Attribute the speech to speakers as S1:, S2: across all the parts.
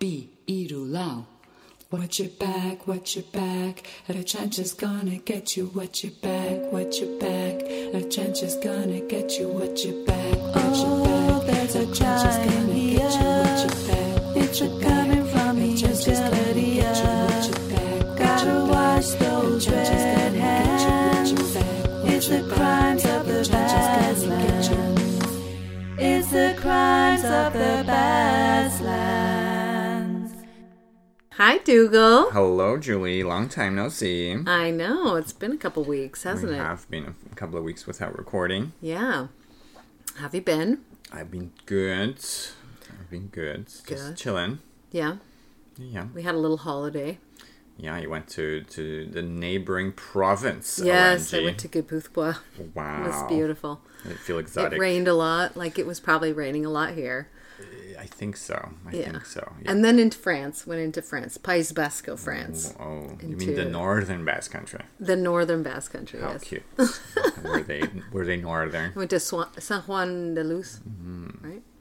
S1: be Irulau. Watch your back, watch your back. A chance is gonna get you. Watch your back, watch your back. A chance is gonna get you. Watch your back, watch your back.
S2: there's a
S1: chance is
S2: giant
S1: gonna get you.
S2: here.
S1: Watch your back,
S2: It's
S1: watch your
S2: a
S1: back.
S2: coming from
S1: A
S2: the
S1: chance is gonna get you. Watch your back, watch
S2: Gotta
S1: your back.
S2: watch
S1: A
S2: those
S1: chance is
S2: red
S1: gonna get you. Watch your back, watch
S2: It's
S1: your
S2: the
S1: back.
S2: crimes of
S1: A
S2: the
S1: chance is gonna get you.
S2: It's the crimes of the Badlands.
S3: Hi, Dougal.
S4: Hello, Julie. Long time no see.
S3: I know it's been a couple weeks, hasn't
S4: we
S3: it?
S4: have been a couple of weeks without recording.
S3: Yeah. Have you been?
S4: I've been good. I've been good.
S3: Good.
S4: Just chilling.
S3: Yeah,
S4: Yeah.
S3: we had a little holiday.
S4: Yeah, you went to, to the neighboring province.
S3: yes, I
S4: OMG.
S3: went to Guipúzcoa.
S4: Wow.
S3: It was beautiful.
S4: Did it feel
S3: It
S4: Oh, exotic?
S3: rained a lot. Like it was probably raining a lot here.
S4: I think so. I
S3: Yeah.
S4: think so. Yeah.
S3: And then into France, went into France, Pays Basco, France,
S4: oh, you mean the
S3: into-
S4: northern Basque country?
S3: the northern Basque country.
S4: How
S3: yes.
S4: cute. were they were they northern?
S3: I went to Swan, San Juan de Luz, right?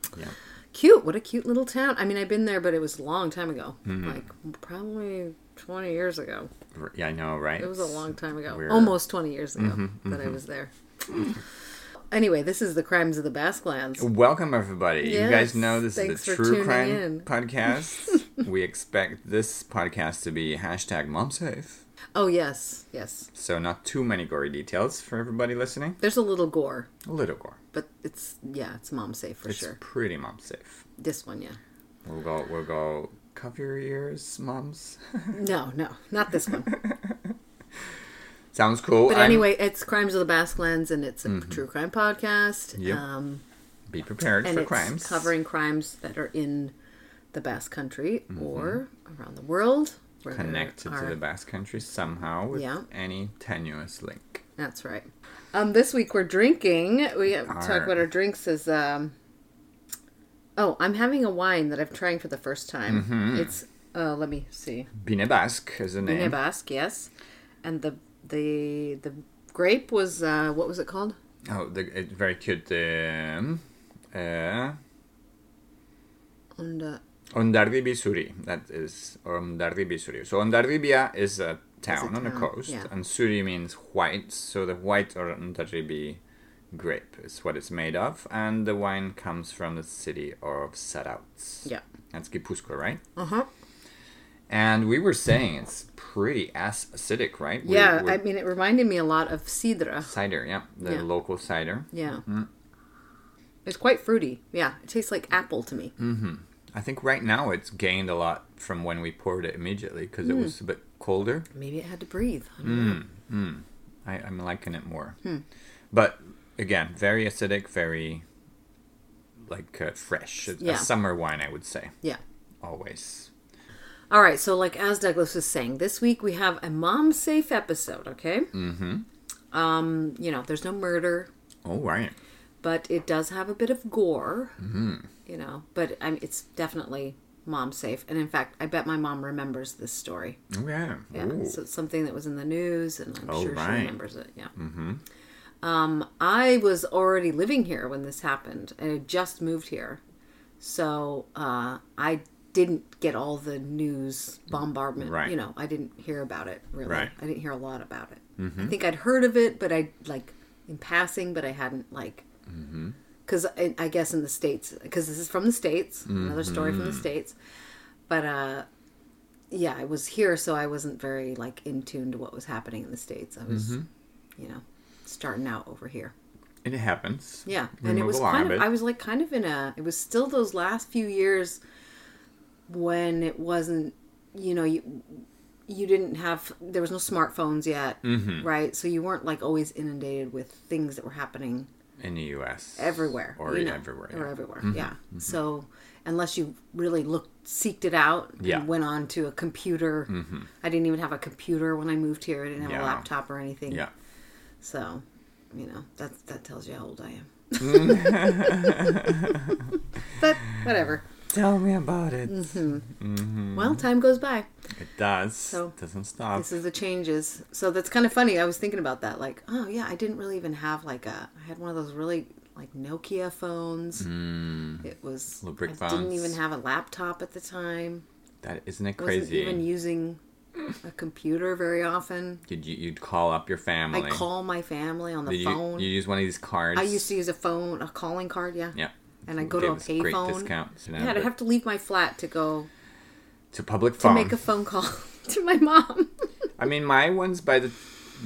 S4: Mm-hmm. Yeah.
S3: Cute. What a cute little town. I mean, I've been there, but it was a long time ago.
S4: Mm-hmm.
S3: Like probably 20 years ago.
S4: Yeah, I know, right?
S3: It was a long time ago.
S4: We're-
S3: Almost 20 years ago
S4: Mm-hmm,
S3: that I was there. anyway, this is the crimes of the Basque lands.
S4: Welcome, everybody. you guys
S3: Yes,
S4: know this
S3: thanks
S4: is
S3: for
S4: a true
S3: tuning
S4: crime
S3: in.
S4: podcast. we expect this podcast to be hashtag momsafe.
S3: Oh, yes, yes.
S4: So, not too many gory details for everybody listening.
S3: There's a little gore,
S4: A little gore.
S3: but it's, yeah, it's mom safe for
S4: It's
S3: sure.
S4: pretty mom safe.
S3: This one, yeah.
S4: We'll go, we'll go, cover your ears, moms.
S3: No, no, not this one.
S4: Sounds cool.
S3: But
S4: I'm- Mm-hmm.
S3: anyway, it's Crimes of the Basque Lands, and it's a true crime podcast.
S4: Yep.
S3: Um,
S4: be prepared
S3: and
S4: for
S3: it's
S4: crimes.
S3: covering crimes that are in the Basque country or around the world. where there
S4: Mm-hmm. Connected to
S3: are-
S4: the Basque country somehow with
S3: Yeah.
S4: any tenuous link.
S3: That's right. Um, this week we're drinking. We have
S4: Arr.
S3: talk about our drinks as. Um, oh, I'm having a wine that I'm trying for the first time. It's uh, let me see,
S4: Bine Basque is the name.
S3: Pinot Basque, yes, and the the the grape was uh, what was it called?
S4: Oh, the, it's very cute. Um, uh,
S3: And, uh,
S4: Ondarribia Suri, that is Ondarribia Suri. So Ondarribia is a town on the
S3: town,
S4: coast,
S3: yeah.
S4: and Suri means white. So the white or Ondarribia grape is what it's made of, and the wine comes from the city of Sarauts.
S3: Yeah.
S4: that's Guipuscoa, right?
S3: uh huh.
S4: And we were saying it's pretty as acidic, right? We-
S3: Yeah,
S4: we-
S3: I mean it reminded me a lot of sidra.
S4: cider, yeah, the
S3: Yeah.
S4: local cider.
S3: Yeah. It's quite fruity. Yeah, it tastes like apple to me.
S4: I think right now it's gained a lot from when we poured it immediately because
S3: Hmm.
S4: it was a bit colder.
S3: Maybe it had to breathe.
S4: I, I'm liking it more.
S3: Hmm.
S4: But again, very acidic, very like uh, fresh. It's
S3: Yeah.
S4: A summer wine, I would say,
S3: Yeah.
S4: always.
S3: All right, so like as Douglas was saying, this week we have a mom safe episode, okay? Mm-hmm. Um, you know, there's no murder,
S4: Oh, right.
S3: but it does have a bit of gore. Mm-hmm. You know, but I mean, it's definitely mom safe, and in fact, I bet my mom remembers this story.
S4: Oh, yeah.
S3: Yeah,
S4: Ooh.
S3: so it's something that was in the news, and I'm
S4: Oh,
S3: sure she
S4: right.
S3: remembers it. Yeah. Mm-hmm. Um, I was already living here when this happened, and I just moved here, so uh, I didn't get all the news bombardment.
S4: Right.
S3: You know, I didn't hear about it really.
S4: Right.
S3: I didn't hear a lot about it. I think I'd heard of it, but I like in passing, but I hadn't like. Because I, I guess in the states, because this is from the states, another story from the states, but uh, yeah, I was here, so I wasn't very like in tune to what was happening in the states. I was, you know, starting out over here.
S4: It happens.
S3: Yeah,
S4: We
S3: and it
S4: move
S3: was
S4: along
S3: kind
S4: a
S3: of.
S4: bit.
S3: I was like kind of in a. It was still those last few years when it wasn't. You know, you you didn't have. There was no smartphones yet,
S4: Mm-hmm.
S3: right? So you weren't like always inundated with things that were happening
S4: in the U.S.
S3: everywhere
S4: or
S3: you know,
S4: everywhere.
S3: or
S4: yeah. Mm-hmm.
S3: everywhere yeah so unless you really looked seeked it out
S4: Yeah. Mm-hmm.
S3: and went on to a computer i didn't even have a computer when i moved here i didn't have a
S4: Yeah.
S3: laptop or anything
S4: Yeah.
S3: so you know that's that tells you how old i am but whatever
S4: Tell me about it.
S3: Mm-hmm.
S4: Mm-hmm.
S3: well time goes by
S4: It does.
S3: So,
S4: doesn't stop.
S3: this is the changes so that's kind of funny i was thinking about that like oh yeah i didn't really even have like a i had one of those really like Nokia phones. It was
S4: Mm. Little brick
S3: I didn't
S4: phones.
S3: even have a laptop at the time.
S4: That isn't it
S3: Wasn't
S4: crazy?
S3: even using a computer very often.
S4: You'd, you'd call up your family.
S3: I call my family on the
S4: Did you,
S3: phone.
S4: you use one of these cards?
S3: I used to use a phone, a calling card, yeah.
S4: Yeah.
S3: And I go to
S4: Gave
S3: a
S4: us great
S3: payphone.
S4: discounts. and
S3: Yeah, I'd
S4: everything.
S3: have to leave my flat to go
S4: to public
S3: to
S4: phone.
S3: make a phone call to my mom.
S4: I mean, my ones by the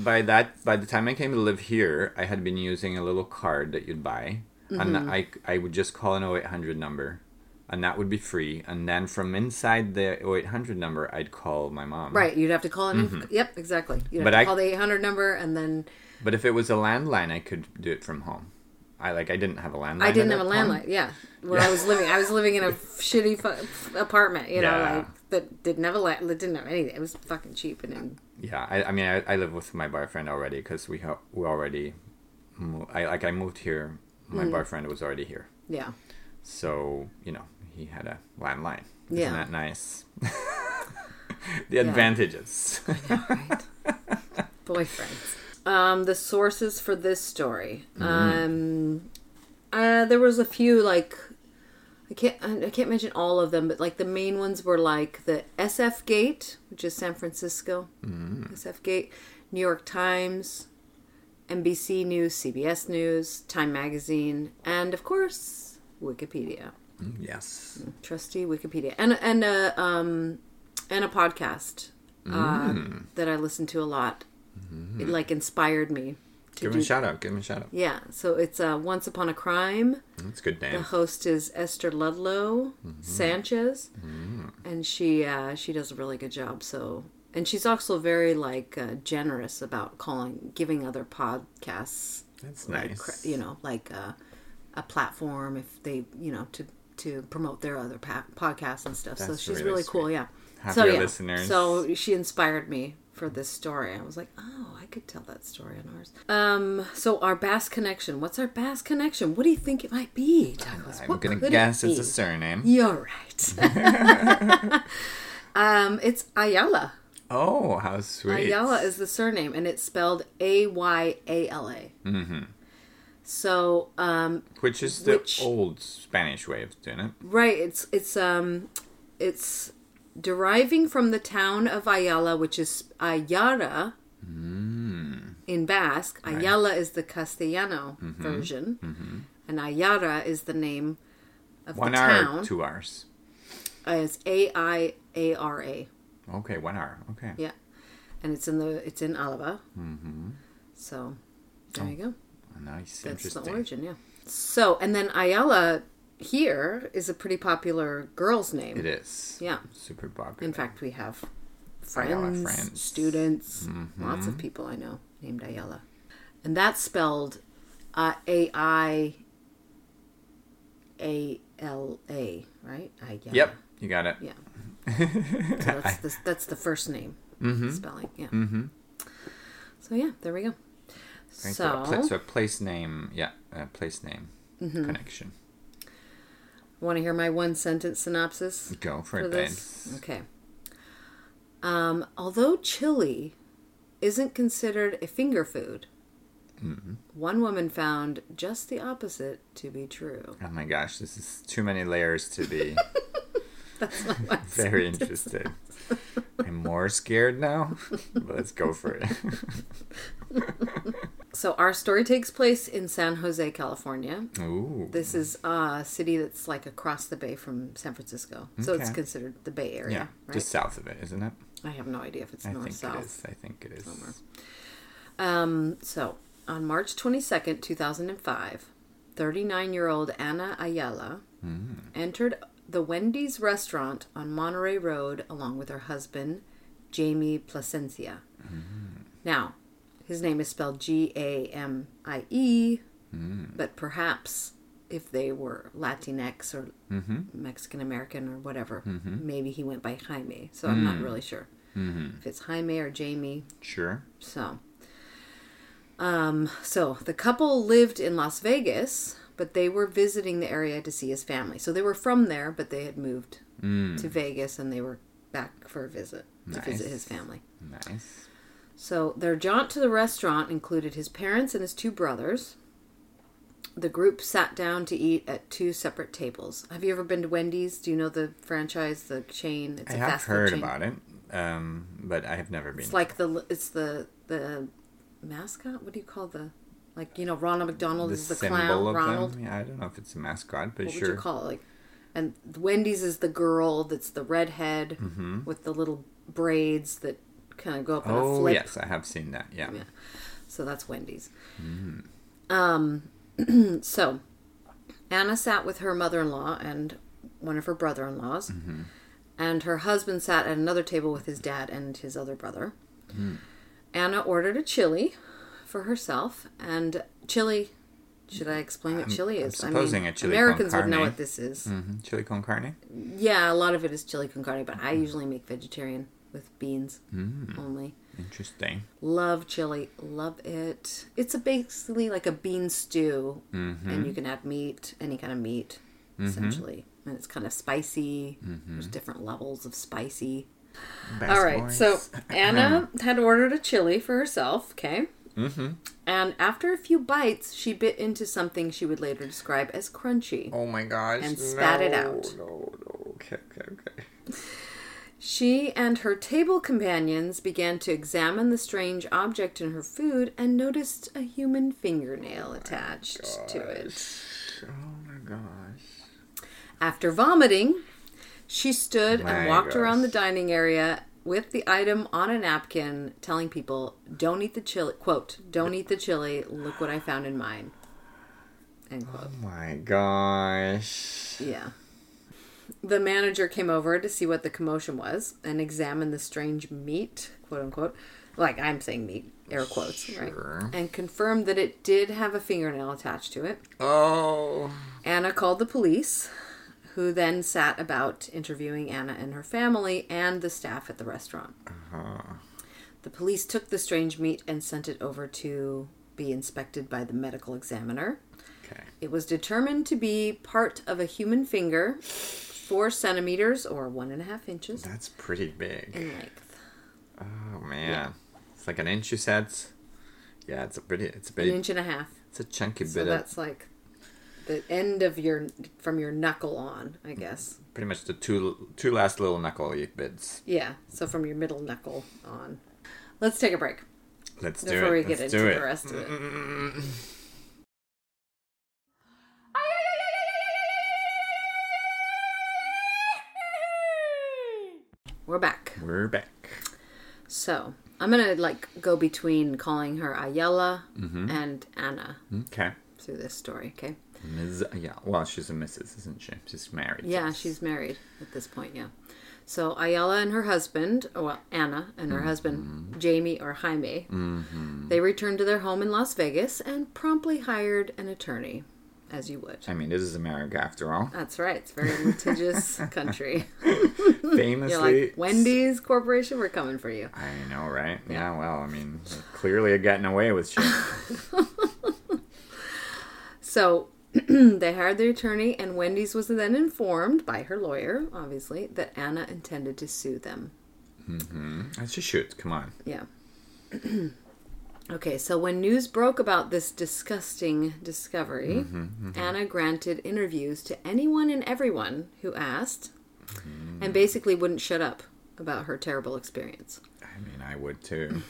S4: by that by the time I came to live here, I had been using a little card that you'd buy,
S3: Mm-hmm.
S4: and I I would just call an 0800 number, and that would be free. And then from inside the 0800 number, I'd call my mom.
S3: right, you'd have to call in. Yep, exactly. You'd have
S4: Mm-hmm. But
S3: to
S4: I-
S3: call the 800 number and then
S4: But if it was a landline, I could do it from home. I like I didn't have a landline.
S3: I
S4: at
S3: didn't have
S4: that
S3: a
S4: time.
S3: landline. Yeah, where I
S4: Yeah.
S3: was living, I was living in a shitty fu- apartment. You know,
S4: Yeah.
S3: like that didn't have a la- that didn't have anything. It was fucking cheap and. and
S4: Yeah, I, I mean, I, I live with my boyfriend already because we ha- we already, mo- I like I moved here. My
S3: Mm-hmm.
S4: boyfriend was already here,
S3: yeah,
S4: so you know he had a landline.
S3: Yeah.
S4: Isn't that nice? the advantages.
S3: right. Boyfriends. Um, the sources for this story. Um, uh, there was a few like. I can't. I I can't mention all of them, but like the main ones were like the SF Gate, which is San Francisco, SF Gate, New York Times, NBC News, CBS News, Time Magazine, and of course Wikipedia.
S4: yes.
S3: Trusty Wikipedia and and a um and a podcast
S4: Mm.
S3: uh, that I listen to a lot. It like inspired me to
S4: Mm-hmm. Give
S3: do.
S4: him a shout out. Give him a shout out.
S3: yeah, so it's uh, Once Upon a Crime.
S4: That's a good
S3: The
S4: name.
S3: host is Esther Ludlow
S4: Mm-hmm.
S3: Sanchez, and she uh, she does a really good job. So and she's also very like uh, generous about calling giving other podcasts
S4: That's
S3: like,
S4: nice.
S3: cr- you know like uh, a platform if they you know to to promote their other pa- podcasts and stuff so
S4: That's
S3: she's
S4: really
S3: really cool
S4: sweet.
S3: yeah
S4: Have
S3: so
S4: your
S3: yeah
S4: listeners.
S3: so she inspired me for this story i was like oh i could tell that story on ours um so our bass connection what's our bass connection what do you think it might be Douglas?
S4: I'm
S3: What
S4: gonna
S3: could it
S4: guess it's a
S3: be?
S4: surname.
S3: you're right um it's ayala
S4: Oh, how sweet.
S3: Ayala is the surname, and it's spelled A Y A L A. Mm-hmm. So, um,
S4: Which is the
S3: which-
S4: old Spanish way of doing it.
S3: right, it's it's um, it's deriving from the town of Ayala, which is Ayara in Basque. Ayala is the Castellano version, and Ayara is the name of
S4: One
S3: the
S4: hour,
S3: town.
S4: two hours.
S3: Uh, it's A I A R A.
S4: Okay, one hour. Okay.
S3: Yeah, and it's in the it's in Alava. Mm-hmm. So, there you go. That's
S4: Nice.
S3: the
S4: Interesting.
S3: origin, yeah. So, and then Ayala here is a pretty popular girl's name.
S4: It is.
S3: Yeah.
S4: Super popular.
S3: In fact, we have
S4: Ayala
S3: friends,
S4: friends. Mm-hmm.
S3: students, lots of people I know named Ayala. And that's spelled uh, A I A L A, right? Ayala.
S4: Yep. You got it.
S3: Yeah. So that's the, that's the first name
S4: Mm-hmm.
S3: spelling, yeah. So, yeah, there we go.
S4: Right,
S3: so, Mm-hmm.
S4: a pla- so a place name, yeah, a place name connection.
S3: want to hear my one sentence synopsis?
S4: Go
S3: for
S4: for, it,
S3: this?
S4: babes.
S3: Okay. Um, although chili isn't considered a finger food,
S4: Mm-hmm.
S3: one woman found just the opposite to be true.
S4: Oh my gosh, this is too many layers to be very interested. I'm more scared now. but Let's go for it.
S3: So our story takes place in San Jose, California.
S4: Ooh,
S3: This is a city that's like across the bay from San Francisco, so it's
S4: Okay.
S3: considered the Bay Area.
S4: yeah,
S3: right?
S4: just south of it, isn't it?
S3: I have no idea if it's
S4: I
S3: north
S4: think it
S3: south.
S4: is. I think it is.
S3: Um, so, on March 22nd, 2005, 39 year old Anna Ayala entered the Wendy's restaurant on Monterey Road along with her husband, Jamie Placencia. Now, his name is spelled G A M I E, but perhaps if they were Latinx or Mexican American or whatever, maybe he went by Jaime. So, I'm not really sure if it's Jaime or Jamie.
S4: Sure.
S3: So, um, so the couple lived in Las Vegas, but they were visiting the area to see his family. So they were from there, but they had moved to Vegas and they were back for a visit to visit
S4: Mm. Nice.
S3: his family.
S4: Nice.
S3: So their jaunt to the restaurant included his parents and his two brothers. The group sat down to eat at two separate tables. Have you ever been to Wendy's? Do you know the franchise, the chain? It's
S4: I
S3: a
S4: have
S3: fast food
S4: heard
S3: chain.
S4: about it, um, but I have never been.
S3: It's like the it's the the mascot. What do you call the like you know Ronald McDonald
S4: the
S3: is the
S4: symbol
S3: clown.
S4: of
S3: Ronald.
S4: them. Yeah, I don't know if it's a mascot, but
S3: What
S4: sure.
S3: would you call it? Like, and Wendy's is the girl that's the redhead with the little braids that kind of go up in a
S4: Mm-hmm. oh
S3: flip.
S4: yes, I have seen that. Yeah.
S3: Yeah. So that's Wendy's.
S4: Mm.
S3: Um, so Anna sat with her mother in law and one of her brother in laws,
S4: Mm-hmm.
S3: and her husband sat at another table with his dad and his other brother.
S4: Mm.
S3: Anna ordered a chili for herself, and chili. Should I explain what chili
S4: I'm
S3: is?
S4: supposing a chili con
S3: Americans would know
S4: carne.
S3: what this is.
S4: Mhm. Chili con carne.
S3: Yeah, a lot of it is chili con carne, but I
S4: Mm.
S3: usually make vegetarian with beans only
S4: Interesting.
S3: love chili love it it's a basically like a bean stew and you can add meat any kind of meat essentially and it's kind of spicy there's different levels of spicy all
S4: Best
S3: right
S4: boys.
S3: so anna had ordered a chili for herself okay mm-hmm. and after a few bites she bit into something she would later describe as crunchy
S4: Oh my gosh.
S3: and spat it
S4: no,
S3: out.
S4: No, no. Okay, okay, okay.
S3: She and her table companions began to examine the strange object in her food and noticed a human fingernail attached to it.
S4: Oh my gosh.
S3: After vomiting, she stood and
S4: My
S3: walked around the
S4: gosh.
S3: dining area with the item on a napkin, telling people, "Don't eat the chili." Quote, "Don't eat the chili. Look what I found in mine." End quote.
S4: Oh my gosh.
S3: Yeah. The manager came over to see what the commotion was and examined the strange meat, quote unquote. Like I'm saying meat, air quotes,
S4: Sure.
S3: right? And confirmed that it did have a fingernail attached to it.
S4: Oh.
S3: Anna called the police, who then sat about interviewing Anna and her family and the staff at the restaurant. The police took the strange meat and sent it over to be inspected by the medical examiner.
S4: Okay.
S3: It was determined to be part of a human finger, four centimeters or one and a half inches
S4: That's pretty big.
S3: in length.
S4: Oh man. It's like an inch you said. Yeah, it's a pretty it's a
S3: An
S4: big
S3: inch and a half.
S4: it's a chunky
S3: So
S4: bit
S3: that's like the end of your from your knuckle on, I guess.
S4: of pretty much the two two last little knuckle bits.
S3: Yeah. So from your middle knuckle on. Let's take a break
S4: Let's do
S3: before we
S4: it.
S3: get
S4: Let's
S3: into
S4: do it. Mm-hmm.
S3: the rest of it. We're back.
S4: We're back.
S3: So I'm gonna like go between calling her Ayala
S4: Mm-hmm.
S3: and Anna
S4: Okay.
S3: through this story. Okay.
S4: Ms. Yeah. Well, she's a missus, isn't she? She's married.
S3: Yeah, she's married at this point. Yeah. So Ayala and her husband, oh, well, Anna and her husband Jamie or Jaime, they returned to their home in Las Vegas and promptly hired an attorney, as you would.
S4: I mean, this is America after all.
S3: That's right. It's a very litigious country. You're
S4: Famously,
S3: like Wendy's Corporation. We're coming for you.
S4: I know, right? Yeah, well, I mean, clearly getting away with shit.
S3: So they hired the attorney, and Wendy's was then informed by her lawyer, obviously, that Anna intended to sue them.
S4: That's just shoot. Come on.
S3: Yeah. okay, so when news broke about this disgusting discovery, Anna granted interviews to anyone and everyone who asked, and basically wouldn't shut up about her terrible experience.
S4: I mean, I would too.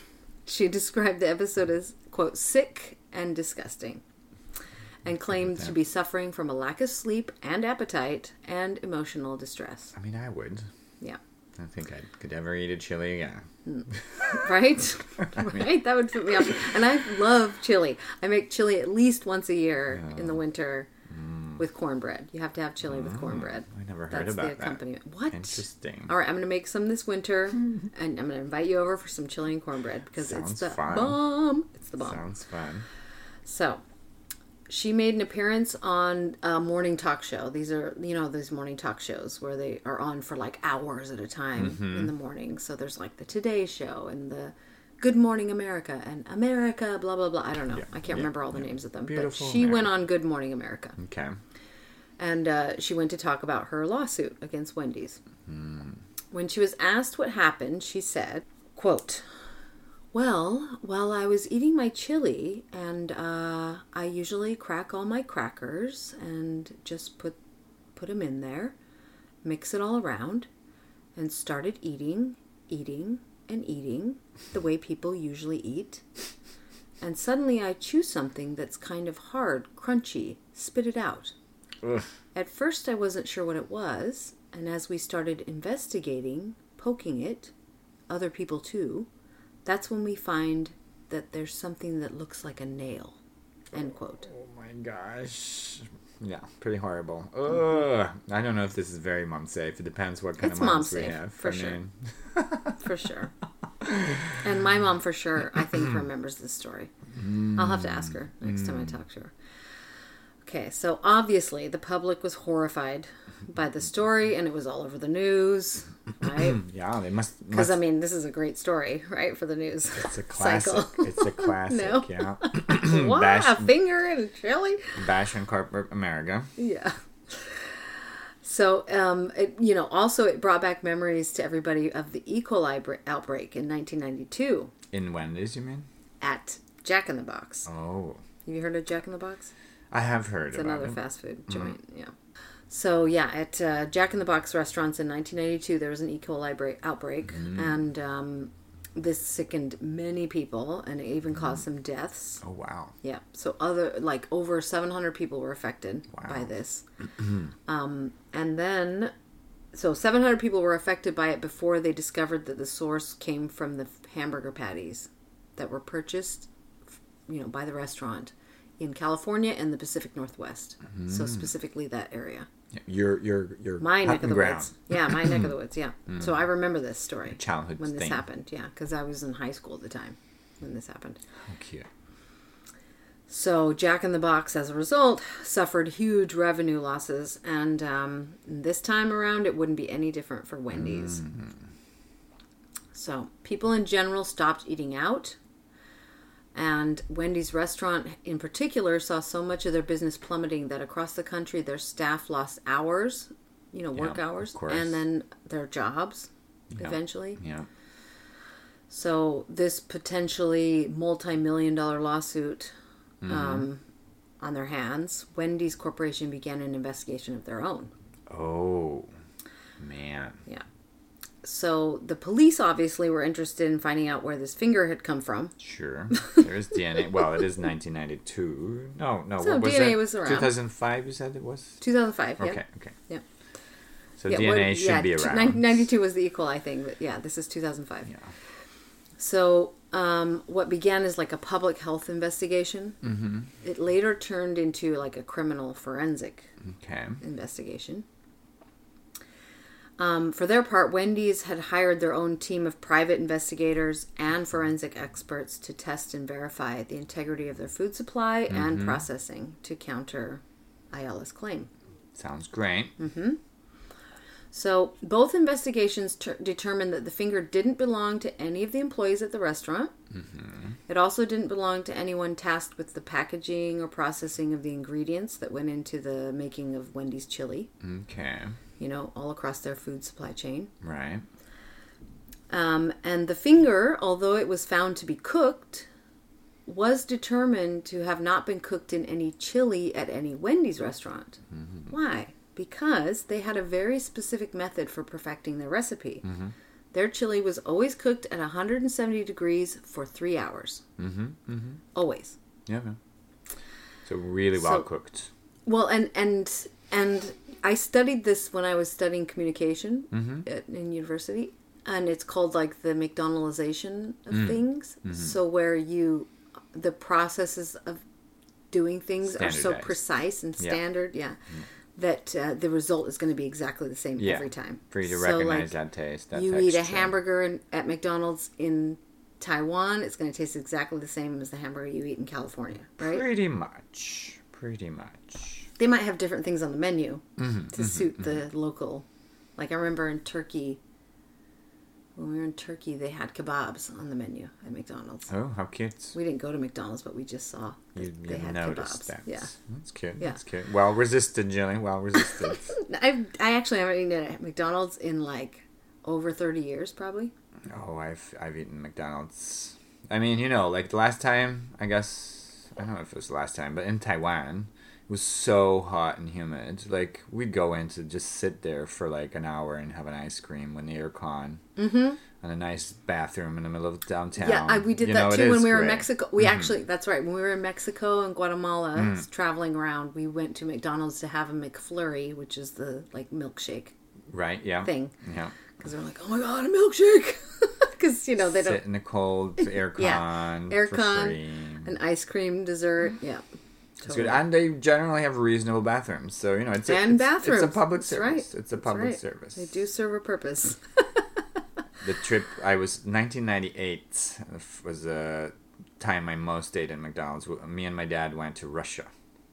S3: She described the episode as, quote, sick and disgusting, and claimed to be suffering from a lack of sleep and appetite and emotional distress.
S4: I mean, I would.
S3: Yeah.
S4: I don't think I could ever eat a chili again.
S3: Right? right? That would put me off. And I love chili. I make chili at least once a year in the winter with cornbread. You have to have chili with cornbread.
S4: Mm. I never heard
S3: That's
S4: about
S3: the accompaniment. What?
S4: that. Interesting.
S3: All right, I'm going to make some this winter, and I'm going to invite you over for some chili and cornbread because
S4: Sounds
S3: it's the
S4: fun.
S3: bomb. It's the bomb.
S4: Sounds fun.
S3: So she made an appearance on a morning talk show. These are, you know, these morning talk shows where they are on for like hours at a time in the morning. So there's like the Today Show and the Good Morning America and America, blah, blah, blah. I don't know. I can't remember all the names of them.
S4: Beautiful
S3: but she went on Good Morning America
S4: Okay.
S3: and uh, she went to talk about her lawsuit against wendy's when she was asked what happened she said quote Well, while I was eating my chili, and uh, I usually crack all my crackers and just put put them in there, mix it all around, and started eating, eating, and eating the way people usually eat. And suddenly I chew something that's kind of hard, crunchy, spit it out.
S4: Ugh.
S3: At first, I wasn't sure what it was, and as we started investigating, poking it, other people too, that's when we find that there's something that looks like a nail. End quote.
S4: Oh my gosh. Yeah, pretty horrible. Ugh. I don't know if this is very mom safe. It depends what kind
S3: It's
S4: of moms
S3: mom
S4: we
S3: safe,
S4: have.
S3: for
S4: I
S3: sure.
S4: mean,
S3: For sure. and my mom, for sure, I think remembers this story. I'll have to ask her next time I
S4: Mm.
S3: talk to her. Okay, so obviously the public was horrified by the story and it was all over the news, right?
S4: yeah, they must.
S3: Because
S4: must
S3: I mean, this is a great story, right, for the news.
S4: it's a classic. It's a classic.
S3: No.
S4: Yeah.
S3: what
S4: Bash-
S3: a finger in a chili.
S4: Bash and corporate America.
S3: Yeah. So, um, it, you know, also it brought back memories to everybody of the E. coli br- outbreak in 1992
S4: In Wendy's, you mean?
S3: at Jack in the Box.
S4: Oh,
S3: Have you heard of Jack in the Box?
S4: I have heard
S3: It's
S4: about
S3: another
S4: it.
S3: fast food joint. Yeah. So yeah, at uh, Jack in the Box restaurants in 1992, there was an E. coli bra- outbreak, and um, this sickened many people, and it even caused some deaths.
S4: Oh wow.
S3: Yeah. So other like over 700 people were affected by this. um, and then so 700 people were affected by it before they discovered that the source came from the hamburger patties that were purchased f- you know by the restaurant in California and the Pacific Northwest. So
S4: Mm.
S3: specifically that area.
S4: Your your your
S3: My neck
S4: hunting
S3: of the
S4: ground. Mm.
S3: woods. Yeah, my neck of the woods. Yeah. So I remember this story.
S4: childhood
S3: when this
S4: thing.
S3: happened. Yeah, cuz I was in high school at the time when this happened.
S4: How cute.
S3: So Jack in the Box, as a result, suffered huge revenue losses, and um, this time around, it wouldn't be any different for Wendy's.
S4: Mm-hmm.
S3: So people in general stopped eating out, and Wendy's restaurant in particular saw so much of their business plummeting that across the country, their staff lost hours, you know, work
S4: Yeah, of
S3: hours,
S4: course.
S3: and then their jobs
S4: Yeah.
S3: eventually.
S4: Yeah.
S3: So this potentially multi-million dollar lawsuit
S4: Mm-hmm.
S3: um, on their hands, Wendy's Corporation began an investigation of their own.
S4: Oh man.
S3: Yeah. So the police obviously were interested in finding out where this finger had come from.
S4: Sure. There's DNA. Well, it is 1992. No, no.
S3: So
S4: what was
S3: DNA
S4: it?
S3: was around.
S4: 2005. You said it was.
S3: 2005.
S4: Okay.
S3: Yeah.
S4: Okay.
S3: Yeah.
S4: So
S3: yeah,
S4: DNA
S3: what-
S4: should
S3: yeah,
S4: be
S3: t-
S4: around.
S3: 92 was the E. coli thing, but yeah, this is 2005.
S4: Yeah.
S3: So, um, what began as like a public health investigation, mm-hmm. it later turned into like a criminal forensic
S4: Okay.
S3: investigation. Um, for their part, Wendy's had hired their own team of private investigators and forensic experts to test and verify the integrity of their food supply and processing to counter Ayala's claim.
S4: Sounds great.
S3: So, both investigations ter- determined that the finger didn't belong to any of the employees at the restaurant. It also didn't belong to anyone tasked with the packaging or processing of the ingredients that went into the making of Wendy's chili.
S4: Okay.
S3: you know, all across their food supply chain.
S4: Right.
S3: Um, and the finger, although it was found to be cooked, was determined to have not been cooked in any chili at any Wendy's restaurant. Why? Because they had a very specific method for perfecting their recipe. Their chili was always cooked at 170 degrees for three hours. Mm-hmm, Always.
S4: Yeah. yeah. So really well
S3: So-
S4: cooked.
S3: Well, and and and I studied this when I was studying communication
S4: Mm-hmm.
S3: at, in university, and it's called like the McDonaldization of
S4: Mm.
S3: things.
S4: Mm-hmm.
S3: So where you, the processes of doing things are so
S4: Standardized.
S3: precise and
S4: Yeah. Mm-hmm.
S3: standard, yeah, that uh, the result is going to be exactly the same
S4: Yeah.
S3: every time.
S4: For you to
S3: So,
S4: recognize
S3: like,
S4: that taste. That
S3: you eat a
S4: texture.
S3: hamburger in, at McDonald's in Taiwan, it's going to taste exactly the same as the hamburger you eat in California, right?
S4: Pretty much. Pretty much.
S3: they might have different things on the menu
S4: Mm-hmm,
S3: to suit the local. Like I remember in Turkey, when we were in Turkey, they had kebabs on the menu at McDonald's.
S4: Oh, how cute.
S3: We didn't go to McDonald's, but we just saw that
S4: You,
S3: they
S4: you
S3: had
S4: noticed
S3: kebabs.
S4: that.
S3: Yeah,
S4: That's cute.
S3: Yeah.
S4: That's cute. Well resisted, Jilly. Well resisted.
S3: I I actually haven't eaten at McDonald's in like over thirty years, probably.
S4: oh, I've I've eaten McDonald's I mean, you know, like the last time, I guess, I don't know if it was the last time, but in Taiwan, it was so hot and humid. Like, we'd go in to just sit there for like an hour and have an ice cream when the air con. Mm-hmm. And a nice bathroom in the middle of downtown.
S3: Yeah, I, we did
S4: Oh. You
S3: that
S4: know, it
S3: too when
S4: is
S3: we were in
S4: great. Mm-hmm.
S3: Mexico. We actually, that's right. When we were in Mexico and Guatemala,
S4: Mm.
S3: traveling around, we went to McDonald's to have a McFlurry, which is the like milkshake
S4: Right, yeah.
S3: thing.
S4: Yeah.
S3: because they're like, oh my god, a milkshake, because you know they
S4: Sit
S3: don't
S4: in the cold air con.
S3: Yeah,
S4: for
S3: air con.
S4: free.
S3: an ice cream dessert. Yeah,
S4: Mm-hmm. It's
S3: Totally.
S4: good. And they generally have reasonable bathrooms. So, you know, it's a,
S3: And
S4: it's,
S3: bathrooms.
S4: It's a public
S3: That's right.
S4: service. It's a
S3: That's
S4: public
S3: right.
S4: service.
S3: They do serve a purpose.
S4: The trip, I was, 1998 was the time I most stayed in McDonald's. Me and my dad went to Russia.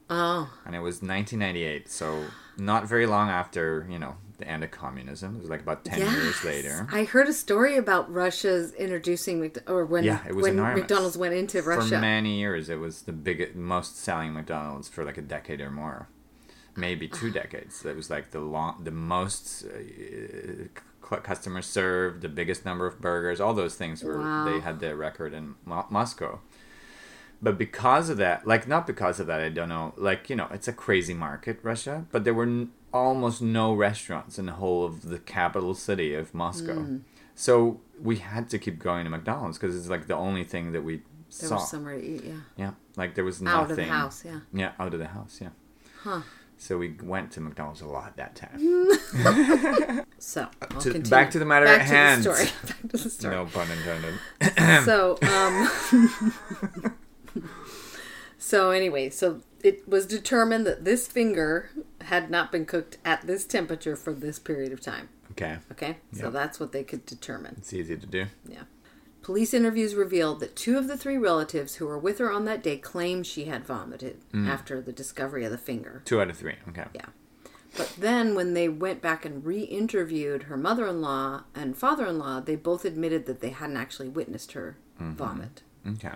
S3: Oh,
S4: And it was 1998. So, not very long after, you know, the end of communism. It was like about 10
S3: yes.
S4: years later.
S3: I heard a story about Russia's introducing Mc- or when
S4: Yeah, it was
S3: when
S4: enormous.
S3: McDonald's went into
S4: For
S3: Russia.
S4: many years, it was the biggest, most selling McDonald's for like a decade or more, maybe two decades. That was like the long, the most uh, c- customer served, the biggest number of burgers. All those things were
S3: Wow.
S4: they had their record in Mo- Moscow. But because of that, like not because of that, I don't know. Like you know, it's a crazy market, Russia. But there were n- almost no restaurants in the whole of the capital city of Moscow.
S3: Mm.
S4: So we had to keep going to McDonald's because it's like the only thing that we
S3: there
S4: saw.
S3: was somewhere to eat. Yeah,
S4: Yeah, like there was nothing
S3: Out of the house, yeah.
S4: yeah, out of the house. Yeah.
S3: Huh.
S4: So we went to McDonald's a lot that time.
S3: so I'll
S4: Uh, to-
S3: continue.
S4: back to the matter
S3: back
S4: at
S3: to
S4: hand.
S3: The story. back to the story.
S4: No pun intended.
S3: so um so anyway so it was determined that this finger had not been cooked at this temperature for this period of time
S4: Okay,
S3: okay so
S4: Yeah.
S3: that's what they could determine
S4: it's easy to do.
S3: yeah police interviews revealed that two of the three relatives who were with her on that day claimed she had vomited after the discovery of the finger
S4: Two out of three. Okay.
S3: yeah. But then when they went back and re interviewed her mother in law and father in law, they both admitted that they hadn't actually witnessed her vomit.
S4: Okay.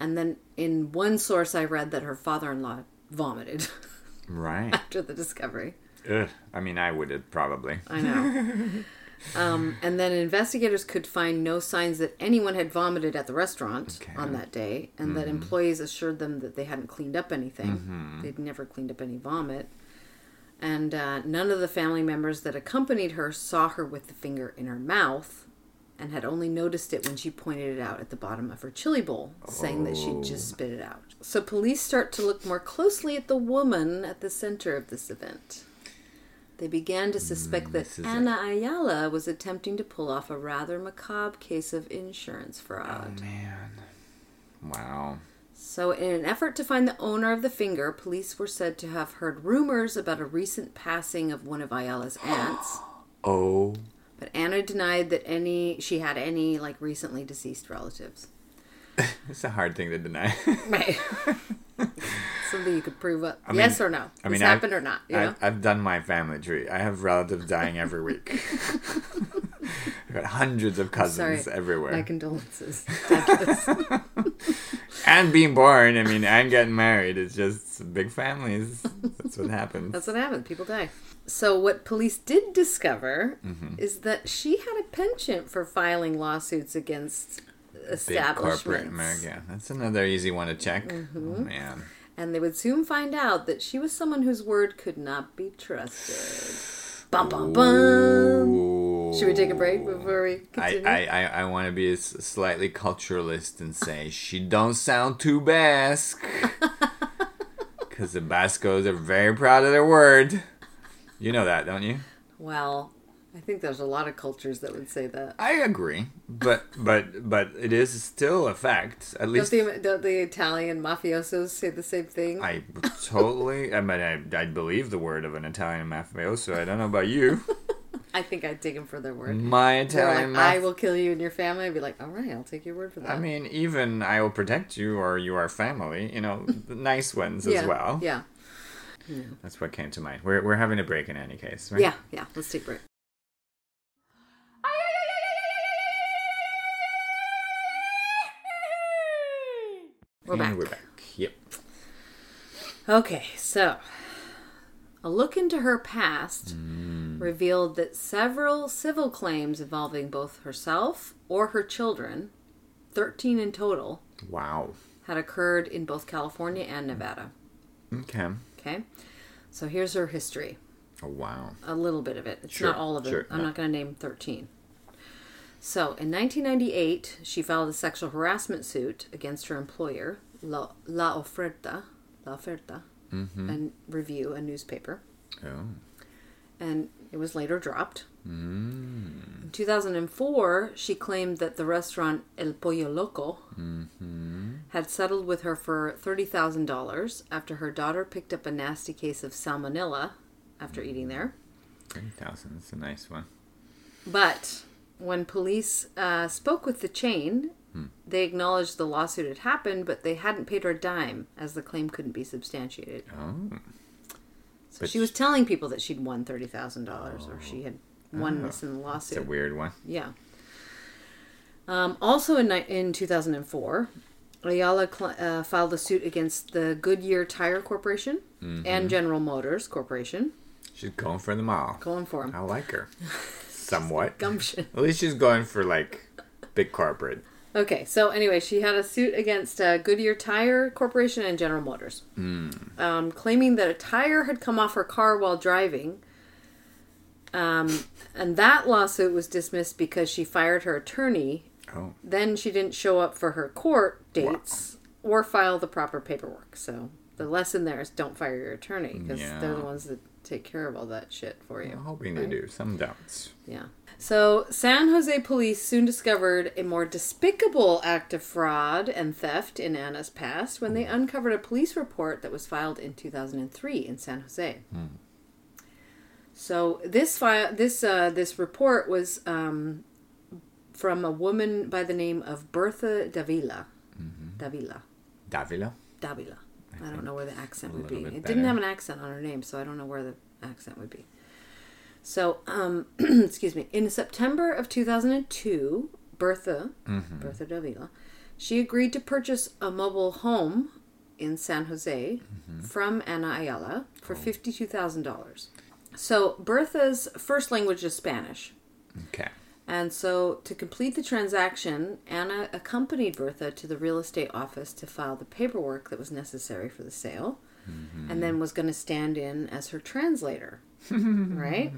S3: And then in one source, I read that her father in law vomited
S4: Right.
S3: after the discovery.
S4: Ugh. I mean, I would have probably.
S3: I know. um, and then investigators could find no signs that anyone had vomited at the restaurant
S4: Okay. Mm-hmm.
S3: on that day, and that employees assured them that they hadn't cleaned up anything. They'd never cleaned up any vomit. And uh, none of the family members that accompanied her saw her with the finger in her mouth and had only noticed it when she pointed it out at the bottom of her chili bowl, saying that she'd just
S4: Oh.
S3: spit it out. So police start to look more closely at the woman at the center of this event. They began to suspect that
S4: Mm, this is
S3: Anna Ayala was attempting to pull off a rather macabre case of insurance
S4: Mm.
S3: fraud.
S4: Man. Wow.
S3: So, in an effort to find the owner of the finger, police were said to have heard rumors about a recent passing of one of Ayala's aunts.
S4: Oh.
S3: But Anna denied that any she had any like recently deceased relatives.
S4: It's a hard thing to deny.
S3: Right. Something you could prove up. yes
S4: mean-
S3: or no.
S4: I mean,
S3: this
S4: I-
S3: happened or not. You know?
S4: I, I've done my family tree. I have relatives dying every week. I've got hundreds of
S3: Sorry.
S4: cousins everywhere.
S3: My condolences.
S4: and being born, I mean, and getting married. It's just big families. That's what happens.
S3: That's what happened. People die. So what police did discover
S4: Mm-hmm.
S3: is that she had a penchant for filing lawsuits against
S4: big
S3: establishments. Mm-hmm.
S4: corporate America. That's another easy one to check. Oh, man.
S3: And they would soon find out that she was someone whose word could not be trusted. Bum bum bum. Should we take a break before we
S4: I,
S3: continue?
S4: I, I, I want to be s- slightly culturalist and say she don't sound too Basque, because the Bascos are very proud of their word. You know that, don't you?
S3: Well, I think there's a lot of cultures that would say that.
S4: I agree, but but but it is still a fact. At
S3: Don't
S4: least
S3: the, don't the Italian mafiosos say the same thing?
S4: I totally. I mean, I, I believe the word of an Italian mafioso. I don't know about you.
S3: I think I'd take them for their word.
S4: My
S3: They're
S4: Italian
S3: like, I
S4: mafioso.
S3: will kill you and your family. I'd be like, all right, I'll take your word for that.
S4: I mean, even I will protect you or you are family, you know, the nice ones
S3: yeah,
S4: as well.
S3: Yeah,
S4: That's what came to mind. We're, we're having a break in any case, right?
S3: yeah, yeah. Let's take a break. We're
S4: And
S3: back.
S4: We're back. Yep.
S3: Okay, so a look into her past
S4: Mm.
S3: revealed that several civil claims involving both herself or her children 13 in total
S4: Wow.
S3: had occurred in both California and Nevada.
S4: Okay.
S3: Okay. So here's her history
S4: Oh, wow.
S3: a little bit of it. It's
S4: Sure,
S3: not all of it.
S4: sure,
S3: I'm
S4: no.
S3: not going to name 13. So, in 1998, she filed a sexual harassment suit against her employer, La, La Oferta, La Oferta,
S4: Mm-hmm.
S3: and Review, a newspaper,
S4: Oh.
S3: and it was later dropped.
S4: Mm.
S3: In 2004, she claimed that the restaurant El Pollo Loco
S4: Mm-hmm.
S3: had settled with her for $30,000 after her daughter picked up a nasty case of salmonella after eating there.
S4: 30,000. That's a nice one.
S3: But when police uh, spoke with the chain,
S4: Hmm.
S3: they acknowledged the lawsuit had happened, but they hadn't paid her a dime as the claim couldn't be substantiated.
S4: Oh.
S3: So
S4: but-
S3: she was telling people that she'd won thirty thousand dollars, or she had won this in the
S4: It's
S3: lawsuit.
S4: Oh. a weird one.
S3: Yeah. Um, also in, ni- in 2004, Ayala cl- uh, filed a suit against the Goodyear Tire Corporation
S4: Mm-hmm.
S3: and General Motors Corporation,
S4: She's going for them all.
S3: going for 'em.
S4: I like her. Somewhat.
S3: Gumption.
S4: At least she's going for like big corporate.
S3: Okay, so anyway, she had a suit against uh, Goodyear Tire Corporation and General Motors, um, claiming that a tire had come off her car while driving. Um, and that lawsuit was dismissed because she fired her attorney.
S4: Oh.
S3: Then she didn't show up for her court dates or file the proper paperwork. So the lesson there is don't fire your attorney because they're
S4: Yeah.
S3: the ones that take care of all that shit for you.
S4: I'm hoping they do. Some doubts.
S3: Yeah. So, San Jose police soon discovered a more despicable act of fraud and theft in Anna's past when they uncovered a police report that was filed in 2003 in San Jose. So, this file, this uh, this report was um, from a woman by the name of Bertha Davila. Davila.
S4: Davila?
S3: Davila. I don't know where the accent
S4: a
S3: would
S4: little
S3: be. It
S4: bit
S3: didn't
S4: better.
S3: have an accent on her name, so I don't know where the accent would be. So, um, excuse me. In September of 2002, Bertha,
S4: Mm-hmm.
S3: Bertha Davila, she agreed to purchase a mobile home in San Jose
S4: Mm-hmm.
S3: from Ana Ayala for $52,000. So, Bertha's first language is Spanish.
S4: Okay.
S3: And so, to complete the transaction, Anna accompanied Bertha to the real estate office to file the paperwork that was necessary for the sale, and then was going to stand in as her translator. right?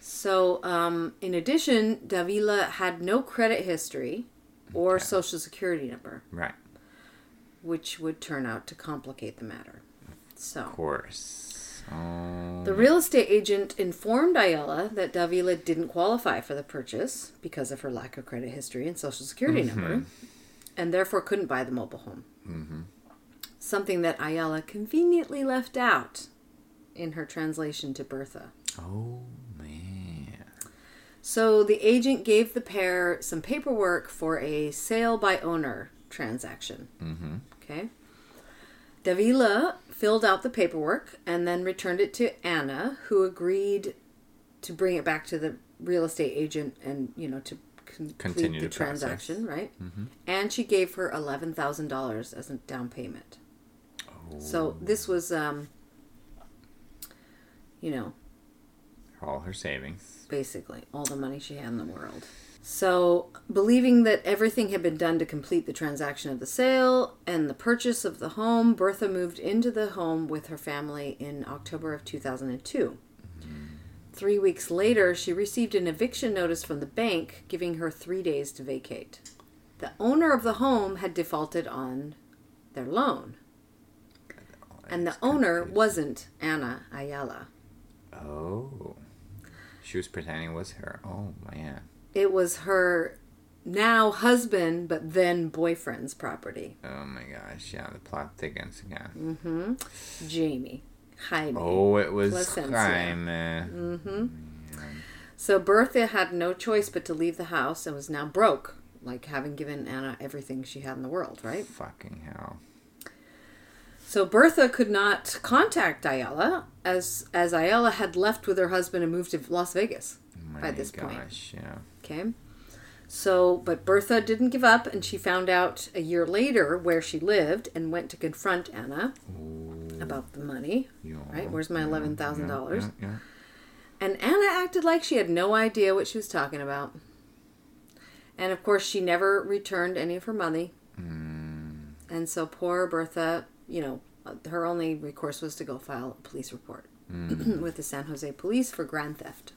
S3: So, um, in addition, Davila had no credit history or social security number,
S4: Right.
S3: which would turn out to complicate the matter. So,
S4: Of course. Oh.
S3: the real estate agent informed Ayala that Davila didn't qualify for the purchase because of her lack of credit history and social security number, and therefore couldn't buy the mobile home. Something that Ayala conveniently left out in her translation to Bertha.
S4: oh, man.
S3: So the agent gave the pair some paperwork for a sale by owner transaction. Mm-hmm. Okay. Davila filled out the paperwork and then returned it to Anna, who agreed to bring it back to the real estate agent and, you know, to complete
S4: Continue
S3: the,
S4: the process.
S3: transaction, right? And she gave her $11,000 as a down payment. So this was, um, you know,
S4: All her savings.
S3: basically all the money she had in the world. So, believing that everything had been done to complete the transaction of the sale and the purchase of the home, Bertha moved into the home with her family in October of 2002. Three weeks later, she received an eviction notice from the bank giving her three days to vacate. The owner of the home had defaulted on their loan, and the owner wasn't Anna Ayala.
S4: Oh. She was pretending it was her. Oh, man.
S3: it was her now husband but then boyfriend's property
S4: Oh, my gosh. Yeah, the plot thickens again.
S3: Mm-hmm. jamie jaime
S4: Oh, it was
S3: Placencia.
S4: Jaime.
S3: Mm-hmm. so bertha had no choice but to leave the house and was now broke like having given anna everything she had in the world right
S4: Fucking hell.
S3: so bertha could not contact ayala as as ayala had left with her husband and moved to las vegas
S4: My
S3: by this point
S4: gosh, yeah.
S3: Okay. So, but Bertha didn't give up, and she found out a year later where she lived and went to confront Anna about the money.
S4: Mm. Yeah.
S3: Right? Where's my eleven thousand dollars?
S4: Yeah, yeah.
S3: And Anna acted like she had no idea what she was talking about. And of course, she never returned any of her money. And so poor Bertha, you know, her only recourse was to go file a police report with the San Jose police for grand theft.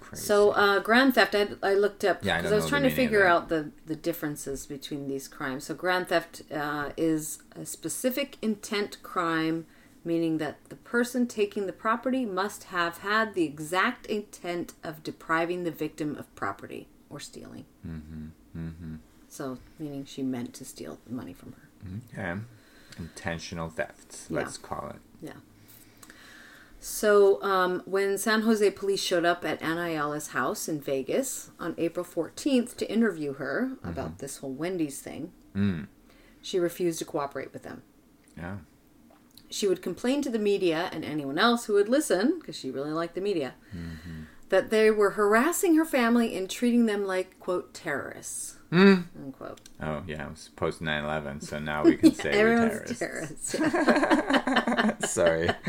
S4: Crazy.
S3: So uh, grand theft, I, I looked up
S4: Yeah, I
S3: because
S4: don't
S3: I, was
S4: know
S3: trying
S4: the
S3: to
S4: meaning of
S3: figure
S4: that.
S3: out the, the differences between these crimes. So grand theft uh, is a specific intent crime, meaning that the person taking the property must have had the exact intent of depriving the victim of property or stealing. Mm-hmm. Mm-hmm. So meaning she meant to steal the money from her.
S4: okay. intentional thefts.
S3: Yeah.
S4: Let's call it.
S3: Yeah. So um, when San Jose police showed up at Ana Ayala's house in Vegas on April 14th to interview her about this whole Wendy's thing, she refused to cooperate with them.
S4: Yeah.
S3: She would complain to the media and anyone else who would listen, because she really liked the media, that they were harassing her family and treating them like, quote, terrorists, unquote.
S4: Oh yeah, it was post 9-11, so now we can say we're
S3: Everyone's
S4: terrorists.
S3: terrorists.
S4: Sorry.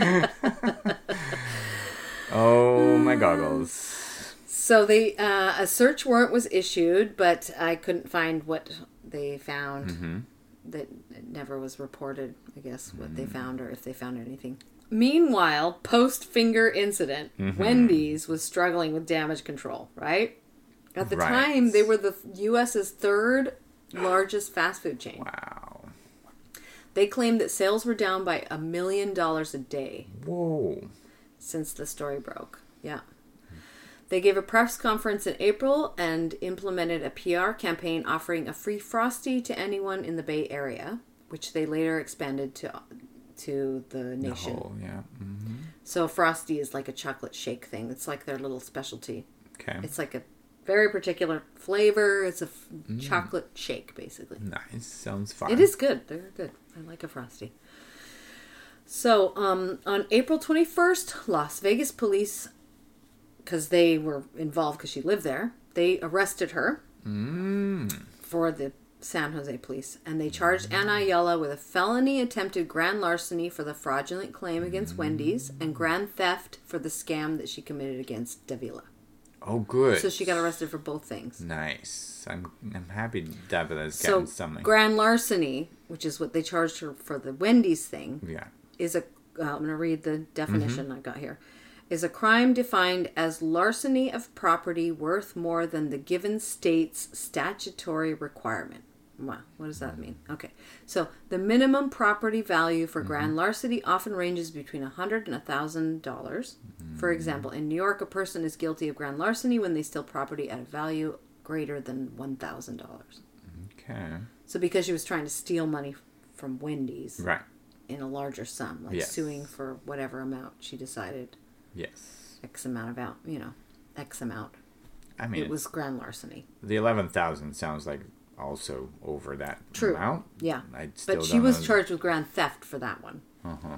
S4: oh my goggles.
S3: So they uh, a search warrant was issued, but I couldn't find what they found.
S4: Mm-hmm.
S3: That it never was reported. I guess what
S4: Mm.
S3: they found or if they found anything. Meanwhile, post finger incident,
S4: Mm-hmm.
S3: Wendy's was struggling with damage control. Right at the
S4: Right.
S3: time, they were the U.S.'s third largest fast food chain.
S4: Wow.
S3: They claimed that sales were down by a million dollars a day
S4: Whoa.
S3: since the story broke. Yeah. They gave a press conference in April and implemented a PR campaign offering a free Frosty to anyone in the Bay Area, which they later expanded to to the
S4: The
S3: nation.
S4: whole, yeah. Mm.
S3: So Frosty is like a chocolate shake thing. It's like their little specialty.
S4: Okay.
S3: It's like a very particular flavor. It's a f- chocolate shake basically.
S4: nice. Sounds fun.
S3: It is good. They're good. I like a frosty. So, um, on April 21st, Las Vegas police, because they were involved because she lived there, they arrested her
S4: Mm.
S3: for the San Jose police and they charged Ana Ayala with a felony attempted grand larceny for the fraudulent claim against Wendy's
S4: Mm.
S3: and grand theft for the scam that she committed against Davila.
S4: Oh, good.
S3: So she got arrested for both things.
S4: Nice. I'm I'm happy Davila's
S3: So,
S4: getting something.
S3: grand larceny, which is what they charged her for the Wendy's thing,
S4: yeah.
S3: is a uh, I'm going to read the definition I got here is a crime defined as larceny of property worth more than the given state's statutory requirement. Wow, what does that mean? Okay, so the minimum property value for grand larceny often ranges between a hundred and a thousand dollars. For example, in New York, a person is guilty of grand larceny when they steal property at a value greater than one thousand dollars.
S4: Okay.
S3: So, because she was trying to steal money from Wendy's,
S4: Right.
S3: in a larger sum, like
S4: Yes.
S3: suing for whatever amount she decided
S4: Yes.
S3: X amount of out, you know, X amount.
S4: I mean,
S3: It was grand larceny.
S4: the eleven thousand sounds like also over that
S3: True.
S4: amount.
S3: Yeah.
S4: I still
S3: But she
S4: don't
S3: was
S4: know- Uh-huh.
S3: charged with grand theft for that one,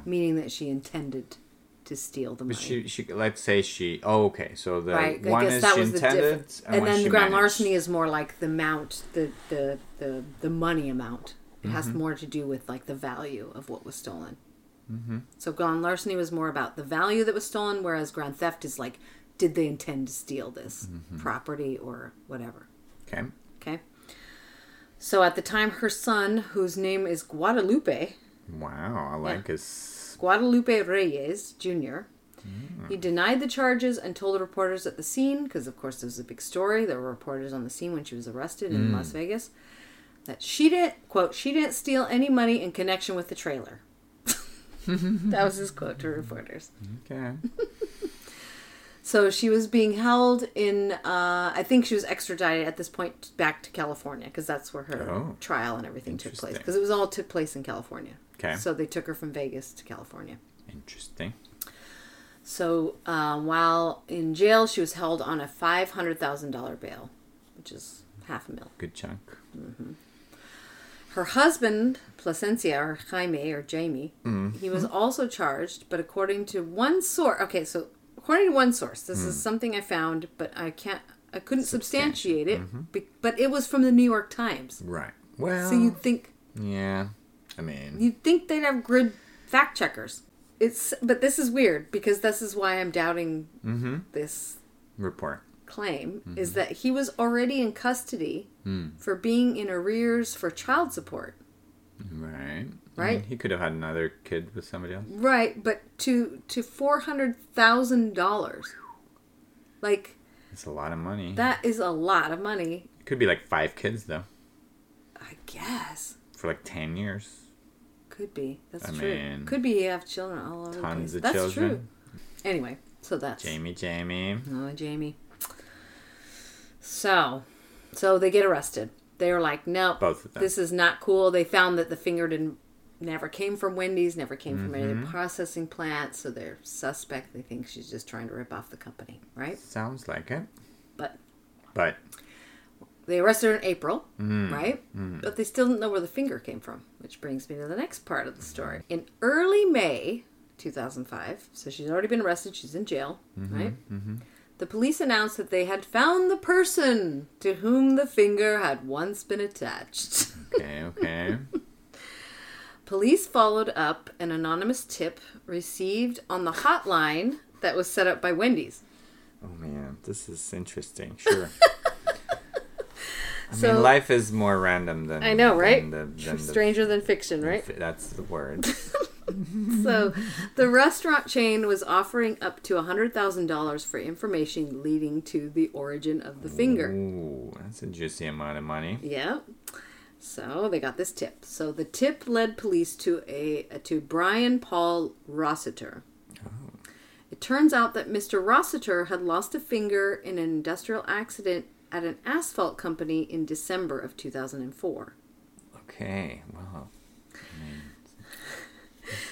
S3: meaning that she intended to steal the money.
S4: But she, she, let's say she. Oh, okay. So the
S3: right.
S4: one
S3: I guess
S4: is
S3: that
S4: she
S3: was the
S4: intended,
S3: difference.
S4: and,
S3: And,
S4: one
S3: then
S4: she
S3: grand
S4: managed.
S3: larceny is more like the amount, the the the, the money amount. It has
S4: Mm-hmm.
S3: more to do with like the value of what was stolen. Mm-hmm. So grand larceny was more about the value that was stolen, whereas grand theft is like, did they intend to steal this
S4: Mm-hmm.
S3: property or whatever?
S4: Okay.
S3: Okay. So at the time, her son, whose name is Guadalupe,
S4: Wow. I like his.
S3: Guadalupe Reyes Jr.
S4: Mm.
S3: He denied the charges and told the reporters at the scene, because of course it was a big story. There were reporters on the scene when she was arrested
S4: Mm.
S3: in Las Vegas, that she didn't quote she didn't steal any money in connection with the trailer. that was his quote to reporters.
S4: Okay.
S3: So she was being held in. Uh, I think she was extradited at this point back to California because that's where her
S4: Oh.
S3: trial and everything took place.
S4: Interesting.
S3: Because it was all took place in California.
S4: 'Kay.
S3: So they took her from Vegas to California.
S4: Interesting.
S3: So uh, while in jail, she was held on a five hundred thousand dollar bail, which is half a mil.
S4: Good chunk.
S3: Her husband, Placencia or Jaime or Jamie, he was also charged, but according to one source, okay, so according to one source, this is something I found, but I can't, I couldn't substantiate it, be, but it was from the New York Times.
S4: Right. Well.
S3: So you'd think
S4: yeah. I mean.
S3: you'd think they'd have good fact checkers. It's but this is weird because this is why I'm doubting this
S4: report.
S3: claim
S4: Mm-hmm.
S3: is that he was already in custody
S4: Hmm.
S3: for being in arrears for child support.
S4: Right.
S3: Right.
S4: I mean, he could have had another kid with somebody else.
S3: Right, but to to four hundred thousand dollars, like
S4: It's a lot of money.
S3: that is a lot of money,
S4: could be like five kids though
S3: I guess.
S4: for like ten years.
S3: Could be. That's
S4: I
S3: true.
S4: mean,
S3: Could be you have children all over the
S4: Tons
S3: place.
S4: of
S3: That's true.
S4: children.
S3: Anyway, so that's
S4: Jamie, Jamie.
S3: Oh, Jamie. So, so they get arrested. They were like, no,
S4: Both of them.
S3: this is not cool. They found that the finger didn't never came from Wendy's, never came from any of
S4: Mm-hmm.
S3: the processing plants, so they're suspect. They think she's just trying to rip off the company, right?
S4: Sounds like it.
S3: But
S4: But
S3: they arrested her in April, right? But they still didn't know where the finger came from, which brings me to the next part of the story. In early May 2005, so she's already been arrested, she's in jail, right? The police announced that they had found the person to whom the finger had once been attached.
S4: okay, okay.
S3: police followed up an anonymous tip received on the hotline that was set up by Wendy's.
S4: oh man, this is interesting. Sure. I
S3: So-
S4: mean, life is more random than
S3: I know, right?
S4: Than the, than the-
S3: Stranger than fiction, right?
S4: That's the word.
S3: So, the restaurant chain was offering up to $100,000 for information leading to the origin of the finger.
S4: Ooh, that's a juicy amount of money.
S3: Yeah. So, they got this tip. So, the tip led police to a uh, to Brian Paul Rossiter. It turns out that Mr. Rossiter had lost a finger in an industrial accident at an asphalt company in December of 2004.
S4: Okay, wow.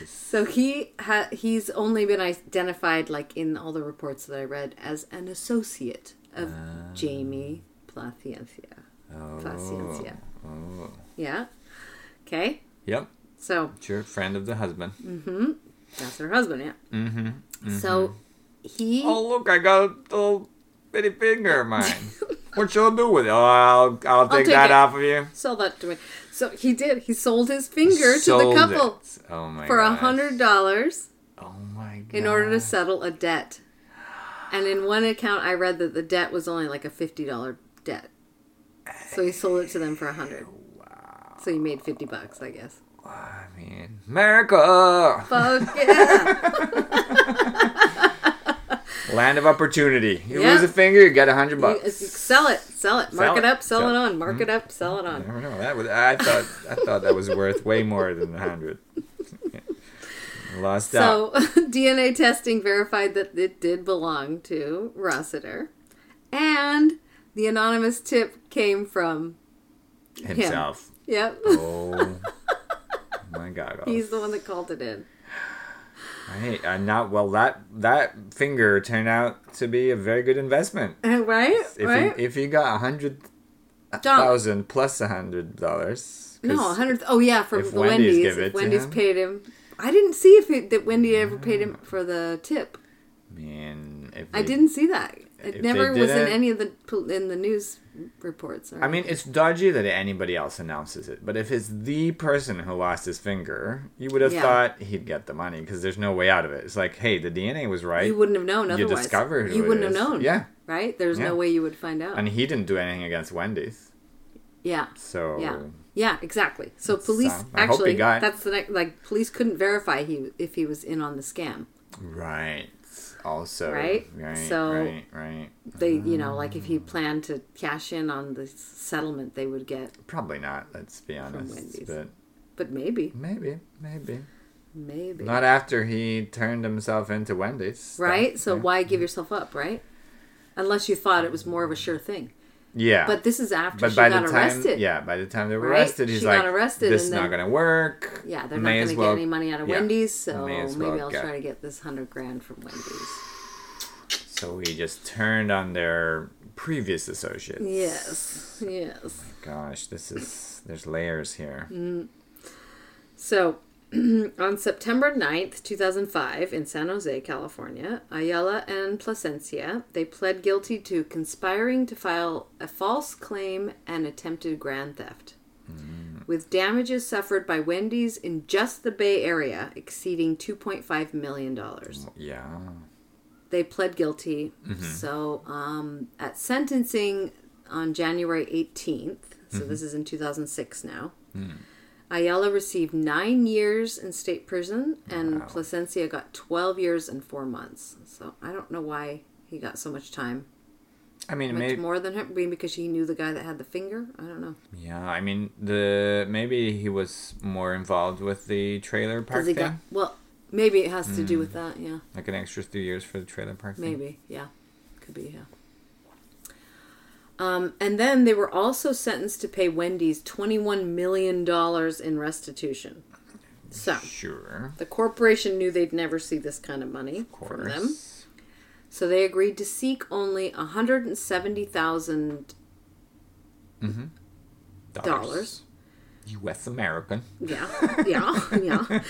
S3: So he ha- he's only been identified, like in all the reports that I read, as an associate of
S4: Ah.
S3: Jamie Placiencia.
S4: Oh,
S3: Placiencia.
S4: oh.
S3: Yeah. Okay.
S4: Yep,
S3: So
S4: it's your friend of the husband.
S3: that's her husband. Yeah. Mm-hmm. So he.
S4: Oh look, I got a little bitty finger of mine. what shall I do with it? Oh, I'll, I'll take
S3: take
S4: that
S3: it.
S4: off of you.
S3: Sell that to me. So he did. He sold his finger
S4: Sold
S3: to the couple
S4: it. Oh my
S3: for a
S4: gosh.
S3: hundred dollars.
S4: Oh my god.
S3: in order to settle a debt. And in one account, I read that the debt was only like a fifty dollar debt, so he sold it to them for a hundred. So he made fifty bucks, I guess.
S4: I mean, America,
S3: Fuck yeah!
S4: land of opportunity. You
S3: Yeah.
S4: lose a finger, you get a hundred
S3: You-
S4: bucks.
S3: you sell it, sell it, mark
S4: Sell
S3: it
S4: it,
S3: up, sell
S4: sell
S3: it
S4: it.
S3: on, mark it up, sell it
S4: I
S3: on.
S4: don't know. That was I thought. I thought that was worth way more than a hundred. Lost out.
S3: So DNA testing verified that it did belong to Rossiter, and the anonymous tip came from
S4: himself.
S3: yep,
S4: Oh my god.
S3: he's the one that called it in.
S4: Right, and not well. That that finger turned out to be a very good investment.
S3: Right,
S4: If
S3: right.
S4: you, if you got a hundred
S3: Don't-
S4: thousand plus a hundred dollars,
S3: No, a hundred. Oh yeah, for
S4: if
S3: the Wendy's.
S4: Wendy's give it
S3: if
S4: to
S3: Wendy's
S4: him.
S3: paid him. I didn't see if it, that Wendy ever paid him for the tip.
S4: man, if
S3: I
S4: they-
S3: didn't see that.
S4: if
S3: It
S4: they
S3: never was in
S4: didn't-
S3: any of the pol- in the news reports. Or
S4: I mean, it's dodgy that anybody else announces it, but if it's the person who lost his finger, you would have
S3: Yeah.
S4: thought he'd get the money because there's no way out of it. It's like, hey, the DNA was right.
S3: you wouldn't have known
S4: you
S3: otherwise.
S4: discovered
S3: You
S4: who it
S3: wouldn't have
S4: is.
S3: known.
S4: Yeah.
S3: Right. There's
S4: Yeah.
S3: no way you would find out.
S4: and he didn't do anything against Wendy's,
S3: yeah.
S4: so
S3: Yeah. Yeah. Exactly. So police
S4: I hope he
S3: actually.
S4: got-
S3: That's the next. Like police couldn't verify he if he was in on the scam.
S4: right. Also,
S3: Right?
S4: right,
S3: So-
S4: right, right.
S3: They, you know, like if he
S4: Mm.
S3: planned to cash in on the settlement, they would get.
S4: Probably not. Let's be honest,
S3: Wendy's.
S4: but
S3: But maybe,
S4: maybe, maybe.
S3: maybe.
S4: Not after he turned himself into Wendy's. though.
S3: right? So why
S4: Mm-hmm.
S3: give yourself up, right? Unless you thought it was more of a sure thing.
S4: Yeah.
S3: But this is after
S4: but
S3: she
S4: by
S3: got
S4: the time,
S3: arrested.
S4: yeah, by the time they were
S3: Right?
S4: arrested, he's
S3: She
S4: like,
S3: got arrested
S4: "This
S3: and
S4: is
S3: then-
S4: not gonna work."
S3: Yeah, they're
S4: May
S3: not
S4: as
S3: going to
S4: well-
S3: get any money out of
S4: yeah.
S3: Wendy's, so
S4: May as
S3: maybe
S4: well
S3: I'll
S4: get-
S3: try to get this hundred grand from Wendy's.
S4: So he just turned on their previous associates.
S3: Yes, yes.
S4: Gosh, this is there's layers here.
S3: Mm. So, on September 9th, 2005, in San Jose, California, Ayala and Placencia, they pled guilty to conspiring to file a false claim and attempted grand theft, with damages suffered by Wendy's in just the Bay Area exceeding $2.5 million.
S4: Yeah.
S3: they pled guilty.
S4: Mm-hmm.
S3: So um, at sentencing on January 18th,
S4: Mm-hmm.
S3: so this is in 2006 now,
S4: Hmm.
S3: Ayala received nine years in state prison and Placencia got 12 years and four months. So I don't know why he got so much time.
S4: I mean,
S3: Much
S4: maybe.
S3: more than him, maybe because he knew the guy that had the finger. I don't know.
S4: Yeah, I mean, the maybe he was more involved with the trailer park
S3: Because he
S4: thing, Hmm.
S3: got well, maybe it has to do with that. Yeah,
S4: like an extra three years for the trailer park. thing.
S3: maybe. Yeah, could be. Yeah. Um, and then they were also sentenced to pay Wendy's twenty-one million dollars in restitution. So
S4: Sure.
S3: the corporation knew they'd never see this kind of money
S4: Of course.
S3: from them, so they agreed to seek only one hundred and seventy thousand. Dollars.
S4: U.S. American.
S3: Yeah, yeah, yeah.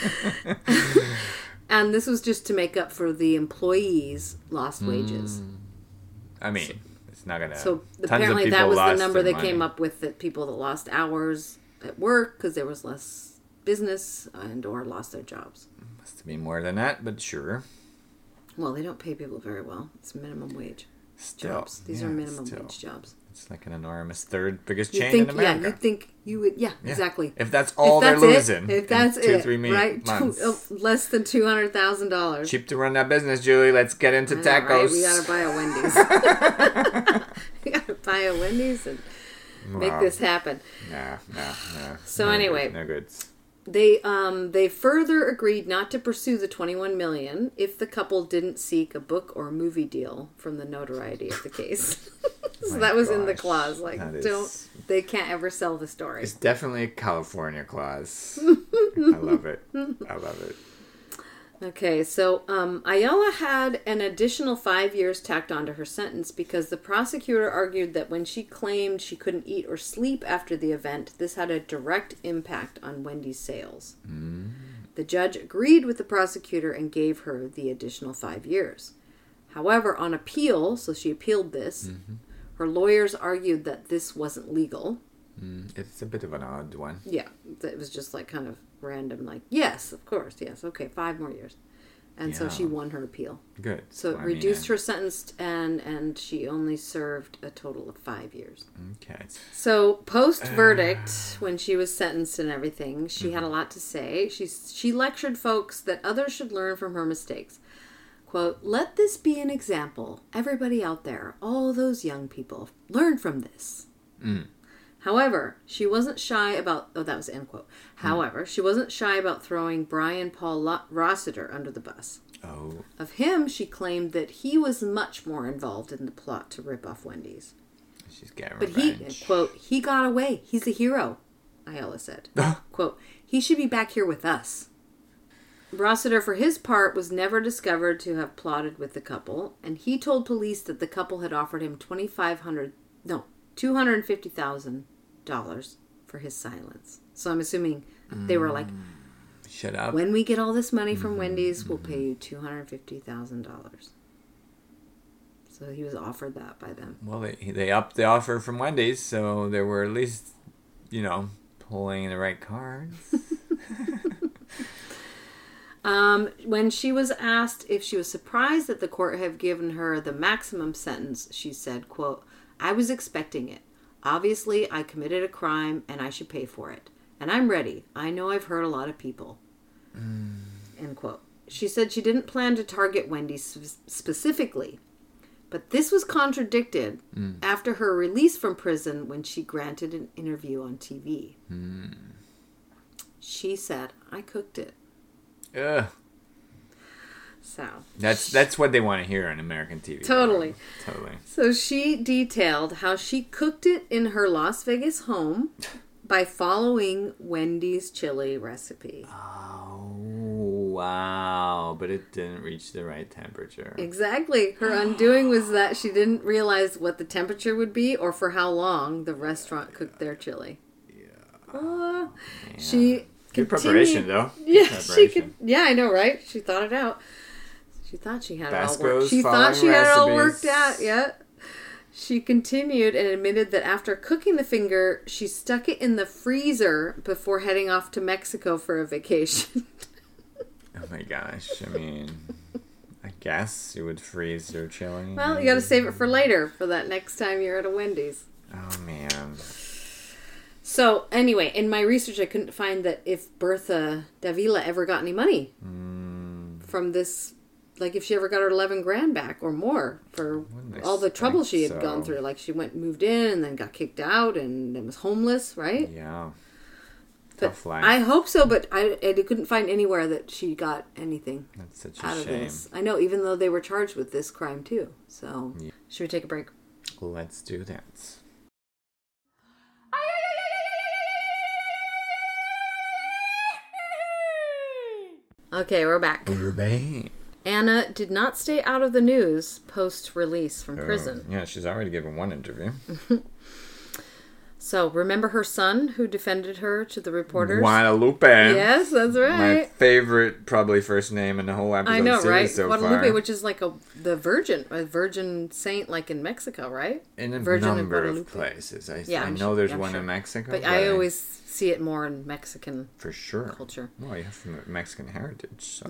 S3: and this was just to make up for the employees' lost wages.
S4: I mean, it's not gonna.
S3: So
S4: tons of
S3: apparently that
S4: people
S3: was the
S4: lost
S3: number
S4: their
S3: they
S4: money.
S3: came up with that people that lost hours at work because there was less business and or lost their jobs.
S4: Must have been more than that, but sure.
S3: Well, they don't pay people very well. It's minimum wage
S4: Still,
S3: jobs. These are
S4: yeah,
S3: minimum
S4: still.
S3: wage jobs.
S4: It's like an enormous third biggest
S3: You
S4: chain
S3: think
S4: in
S3: yeah,
S4: America.
S3: you think you would yeah,
S4: Yeah.
S3: exactly.
S4: If that's all
S3: that's
S4: they're
S3: it,
S4: losing,
S3: if that's
S4: in two,
S3: it,
S4: three mi-
S3: right? Two-
S4: months.
S3: oh, less than two hundred thousand dollars.
S4: Cheap to run that business, Julie. Let's get into
S3: I know, right?
S4: tacos.
S3: We gotta buy a Wendy's. we gotta buy a Wendy's and make
S4: Wow.
S3: this happen.
S4: Nah, nah, nah.
S3: So
S4: No
S3: anyway.
S4: good, no goods.
S3: They um they further agreed not to pursue the 21 million if the couple didn't seek a book or movie deal from the notoriety of the case. so
S4: My
S3: that was in the
S4: gosh,
S3: clause like
S4: that is-
S3: don't they can't ever sell the story.
S4: It's definitely a California clause. I love it. I love it.
S3: Okay, so um Ayala had an additional 5 years tacked onto her sentence because the prosecutor argued that when she claimed she couldn't eat or sleep after the event, this had a direct impact on Wendy's sales. The judge agreed with the prosecutor and gave her the additional five years. However, on appeal, so she appealed this, her lawyers argued that this wasn't legal.
S4: It's a bit of an odd one.
S3: Yeah, that it was just like kind of random, like, yes, of course, yes, okay, five more years. And so
S4: Yeah.
S3: she won her appeal.
S4: Good.
S3: So it reduced her sentence and and she only served a total of five years.
S4: uh, Okay.
S3: So post verdict, when she was sentenced and everything, she had a lot to say. She she lectured folks that others should learn from her mistakes. Quote, let this be an example. Everybody out there, all those young people, learn from this. However, she wasn't shy about, oh, that was end quote. However, she wasn't shy about throwing Brian Paul Lo- Rossiter under the bus.
S4: Oh,
S3: Of him, she claimed that he was much more involved in the plot to rip off Wendy's.
S4: she's getting
S3: But
S4: revenge.
S3: he, quote, he got away. He's a hero, Ayala said. quote, he should be back here with us. Rossiter, for his part, was never discovered to have plotted with the couple, and he told police that the couple had offered him twenty five hundred no two hundred and fifty thousand dollars for his silence. So I'm assuming they were like,
S4: Shut up.
S3: when we get all this money from Wendy's, we'll pay you two hundred fifty thousand dollars. So he was offered that by them.
S4: Well, they, they upped the offer from Wendy's, so they were at least, you know, pulling the right cards.
S3: Um, when she was asked if she was surprised that the court had given her the maximum sentence, she said, quote, I was expecting it. Obviously, I committed a crime and I should pay for it. And I'm ready. I know I've hurt a lot of people. End quote. She said she didn't plan to target Wendy s- specifically, but this was contradicted after her release from prison when she granted an interview on TV. She said, I cooked it.
S4: Ugh.
S3: So.
S4: That's that's what they want to hear on American TV.
S3: Totally.
S4: Totally.
S3: So she detailed how she cooked it in her Las Vegas home by following Wendy's chili recipe.
S4: Oh, wow. But it didn't reach the right temperature.
S3: Exactly. Her undoing was that she didn't realize what the temperature would be or for how long the restaurant cooked their chili. Yeah. she continued-
S4: Good preparation, though. Good
S3: Yeah, she
S4: preparation.
S3: could. Yeah, I know, right? She thought it out. She thought she had it all
S4: Basco's
S3: worked. She thought she had it all
S4: following
S3: worked out.
S4: recipes.
S3: Yeah. She continued and admitted that after cooking the finger, she stuck it in the freezer before heading off to Mexico for a vacation.
S4: Oh my gosh. I mean, I guess it would freeze your chili.
S3: Well, you got to save it for later for that next time you're at a Wendy's.
S4: Oh man.
S3: So anyway, in my research, I couldn't find that if Bertha Davila ever got any money
S4: Hmm.
S3: from this, like if she ever got her eleven grand back or more for
S4: Wouldn't
S3: all the trouble she had
S4: expect
S3: gone
S4: so.
S3: through. Like she went, moved in, and then got kicked out, and then was homeless, right?
S4: Yeah.
S3: but
S4: Tough life.
S3: I hope so, but I, I couldn't find anywhere that she got anything
S4: That's such
S3: out
S4: a
S3: of
S4: shame.
S3: this. I know, even though they were charged with this crime too. So
S4: Yeah.
S3: should we take a break?
S4: Let's do that.
S3: Okay, we're back.
S4: We're back.
S3: Anna did not stay out of the news post release
S4: Oh.
S3: from prison.
S4: Yeah, she's already given one interview.
S3: So remember her son who defended her to the reporters?
S4: Guadalupe.
S3: Yes, that's
S4: My
S3: right.
S4: favorite, probably first name in the whole episode
S3: I know,
S4: series
S3: right?
S4: so
S3: Guadalupe,
S4: far.
S3: which is like a the virgin, a virgin saint, like in Mexico, right?
S4: in a
S3: Virgin of
S4: number of
S3: Guadalupe.
S4: places. I,
S3: Yeah,
S4: I
S3: I'm
S4: know
S3: su-
S4: there's
S3: I'm
S4: one
S3: sure.
S4: in Mexico.
S3: But I always see it more in Mexican.
S4: for sure
S3: culture. Mm-hmm.
S4: Well, you have from Mexican heritage, so.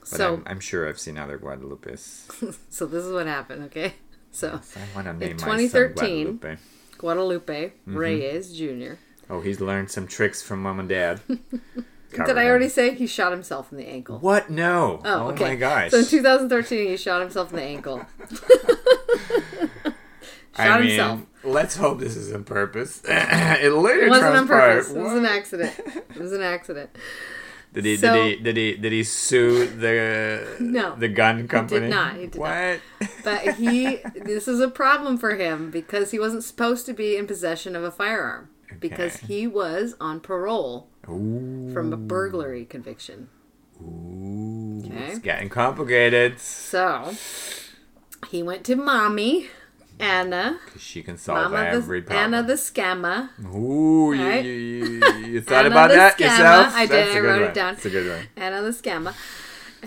S4: But
S3: So-
S4: I'm, I'm sure I've seen other Guadalupes.
S3: So this is what happened, okay? So
S4: I want to name my son
S3: 2013.
S4: Guadalupe.
S3: Guadalupe
S4: Mm-hmm.
S3: Reyes Jr.
S4: Oh, he's learned some tricks from mom and dad.
S3: Did I already say he shot himself in the ankle?
S4: What? No.
S3: Oh, okay.
S4: my gosh.
S3: So in 2013, he shot himself in the ankle. shot himself.
S4: Let's hope this is on purpose. it later
S3: It wasn't on
S4: transpired-
S3: purpose. It was an
S4: What?
S3: accident. It was an accident.
S4: Did he,
S3: So-
S4: did he did he did he sue the
S3: No,
S4: the gun company?
S3: not. He did
S4: what?
S3: not. But he, this is a problem for him because he wasn't supposed to be in possession of a firearm because
S4: Okay.
S3: he was on parole
S4: Ooh,
S3: from a burglary conviction.
S4: ooh,
S3: Okay.
S4: it's getting complicated.
S3: So he went to mommy, Anna,
S4: She can solve
S3: Mama
S4: every
S3: the,
S4: problem.
S3: Anna the scammer.
S4: ooh, you,
S3: Right?
S4: you, you, you thought
S3: Anna
S4: about
S3: the
S4: that
S3: scammer.
S4: yourself?
S3: I did,
S4: That's
S3: I
S4: a good
S3: wrote it
S4: one.
S3: down.
S4: That's a good one.
S3: Anna the scammer.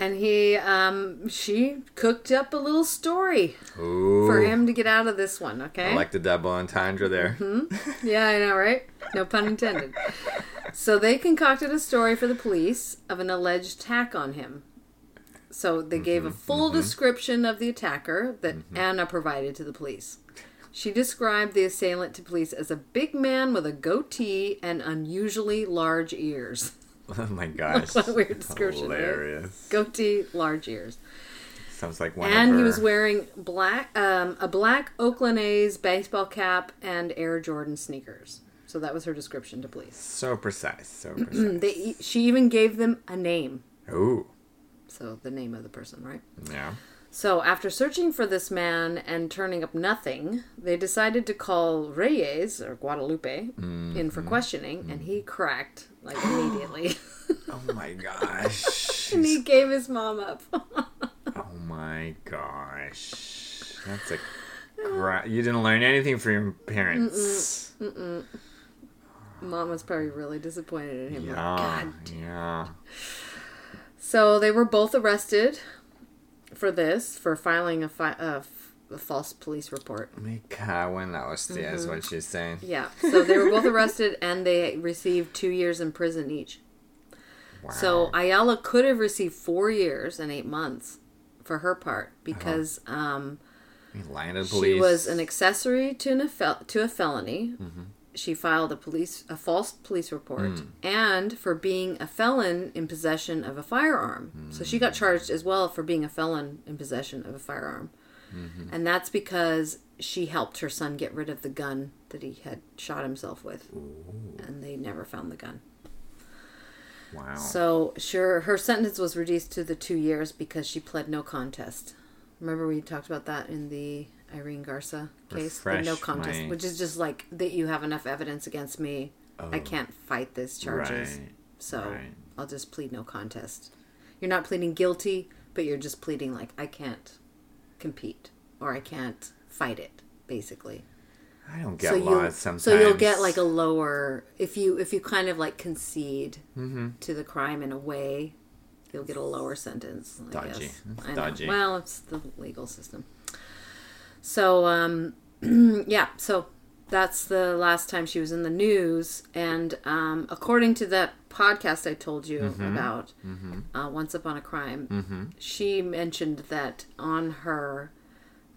S3: And he, um, she cooked up a little story
S4: Ooh,
S3: for him to get out of this one, okay?
S4: I like the double entendre there.
S3: Mm-hmm. Yeah, I know, right? No pun intended. so they concocted a story for the police of an alleged attack on him. So they gave
S4: Mm-hmm,
S3: a full description of the attacker that Anna provided to the police. She described the assailant to police as a big man with a goatee and unusually large ears.
S4: Oh my gosh.
S3: What a weird description, right?
S4: Hilarious.
S3: Goatee, large ears.
S4: Sounds like one
S3: and
S4: of
S3: he
S4: her-
S3: was wearing black um, a black Oakland A's baseball cap and Air Jordan sneakers. So that was her description to police.
S4: so precise. So precise.
S3: They, e, she even gave them a name.
S4: ooh.
S3: So the name of the person, right?
S4: Yeah.
S3: So after searching for this man and turning up nothing, they decided to call Reyes or Guadalupe in for questioning, and he cracked like immediately.
S4: Oh my gosh.
S3: and he gave his mom up.
S4: Oh my gosh. That's a gra- you didn't learn anything from your parents.
S3: mom was probably really disappointed in him. Like,
S4: Yeah.
S3: God
S4: yeah.
S3: So they were both arrested for this for filing a, fi- a, f- a false police report.
S4: Me cago en la hostia is
S3: Mm-hmm.
S4: what she's saying.
S3: Yeah. So they were both arrested and they received two years in prison each.
S4: Wow.
S3: So Ayala could have received four years and eight months for her part because um,
S4: You lying to the police.
S3: she was an accessory to an fel- to a felony. She filed a police a false police report and for being a felon in possession of a firearm. So she got charged as well for being a felon in possession of a firearm, and that's because she helped her son get rid of the gun that he had shot himself with, and they never found the gun.
S4: wow.
S3: So sure, her sentence was reduced to the two years because she pled no contest. Remember we talked about that in the Irene Garza case, the no
S4: Refresh
S3: contest,
S4: my-
S3: which is just like that you have enough evidence against me. I can't fight these charges,
S4: Oh. Right,
S3: so
S4: right.
S3: I'll just plead no contest. You're not pleading guilty, but you're just pleading like I can't compete or I can't fight it, basically
S4: I don't get
S3: you'll-
S4: laws sometimes.
S3: So you'll get like a lower if you if you kind of like concede
S4: Mm-hmm.
S3: to the crime in a way, you'll get a lower sentence. I
S4: Dodgy.
S3: Guess.
S4: It's
S3: I know.
S4: dodgy.
S3: Well, it's the legal system. So um, yeah, so that's the last time she was in the news, and um, according to that podcast I told you
S4: Mm-hmm.
S3: about, uh, Once Upon a Crime, she mentioned that on her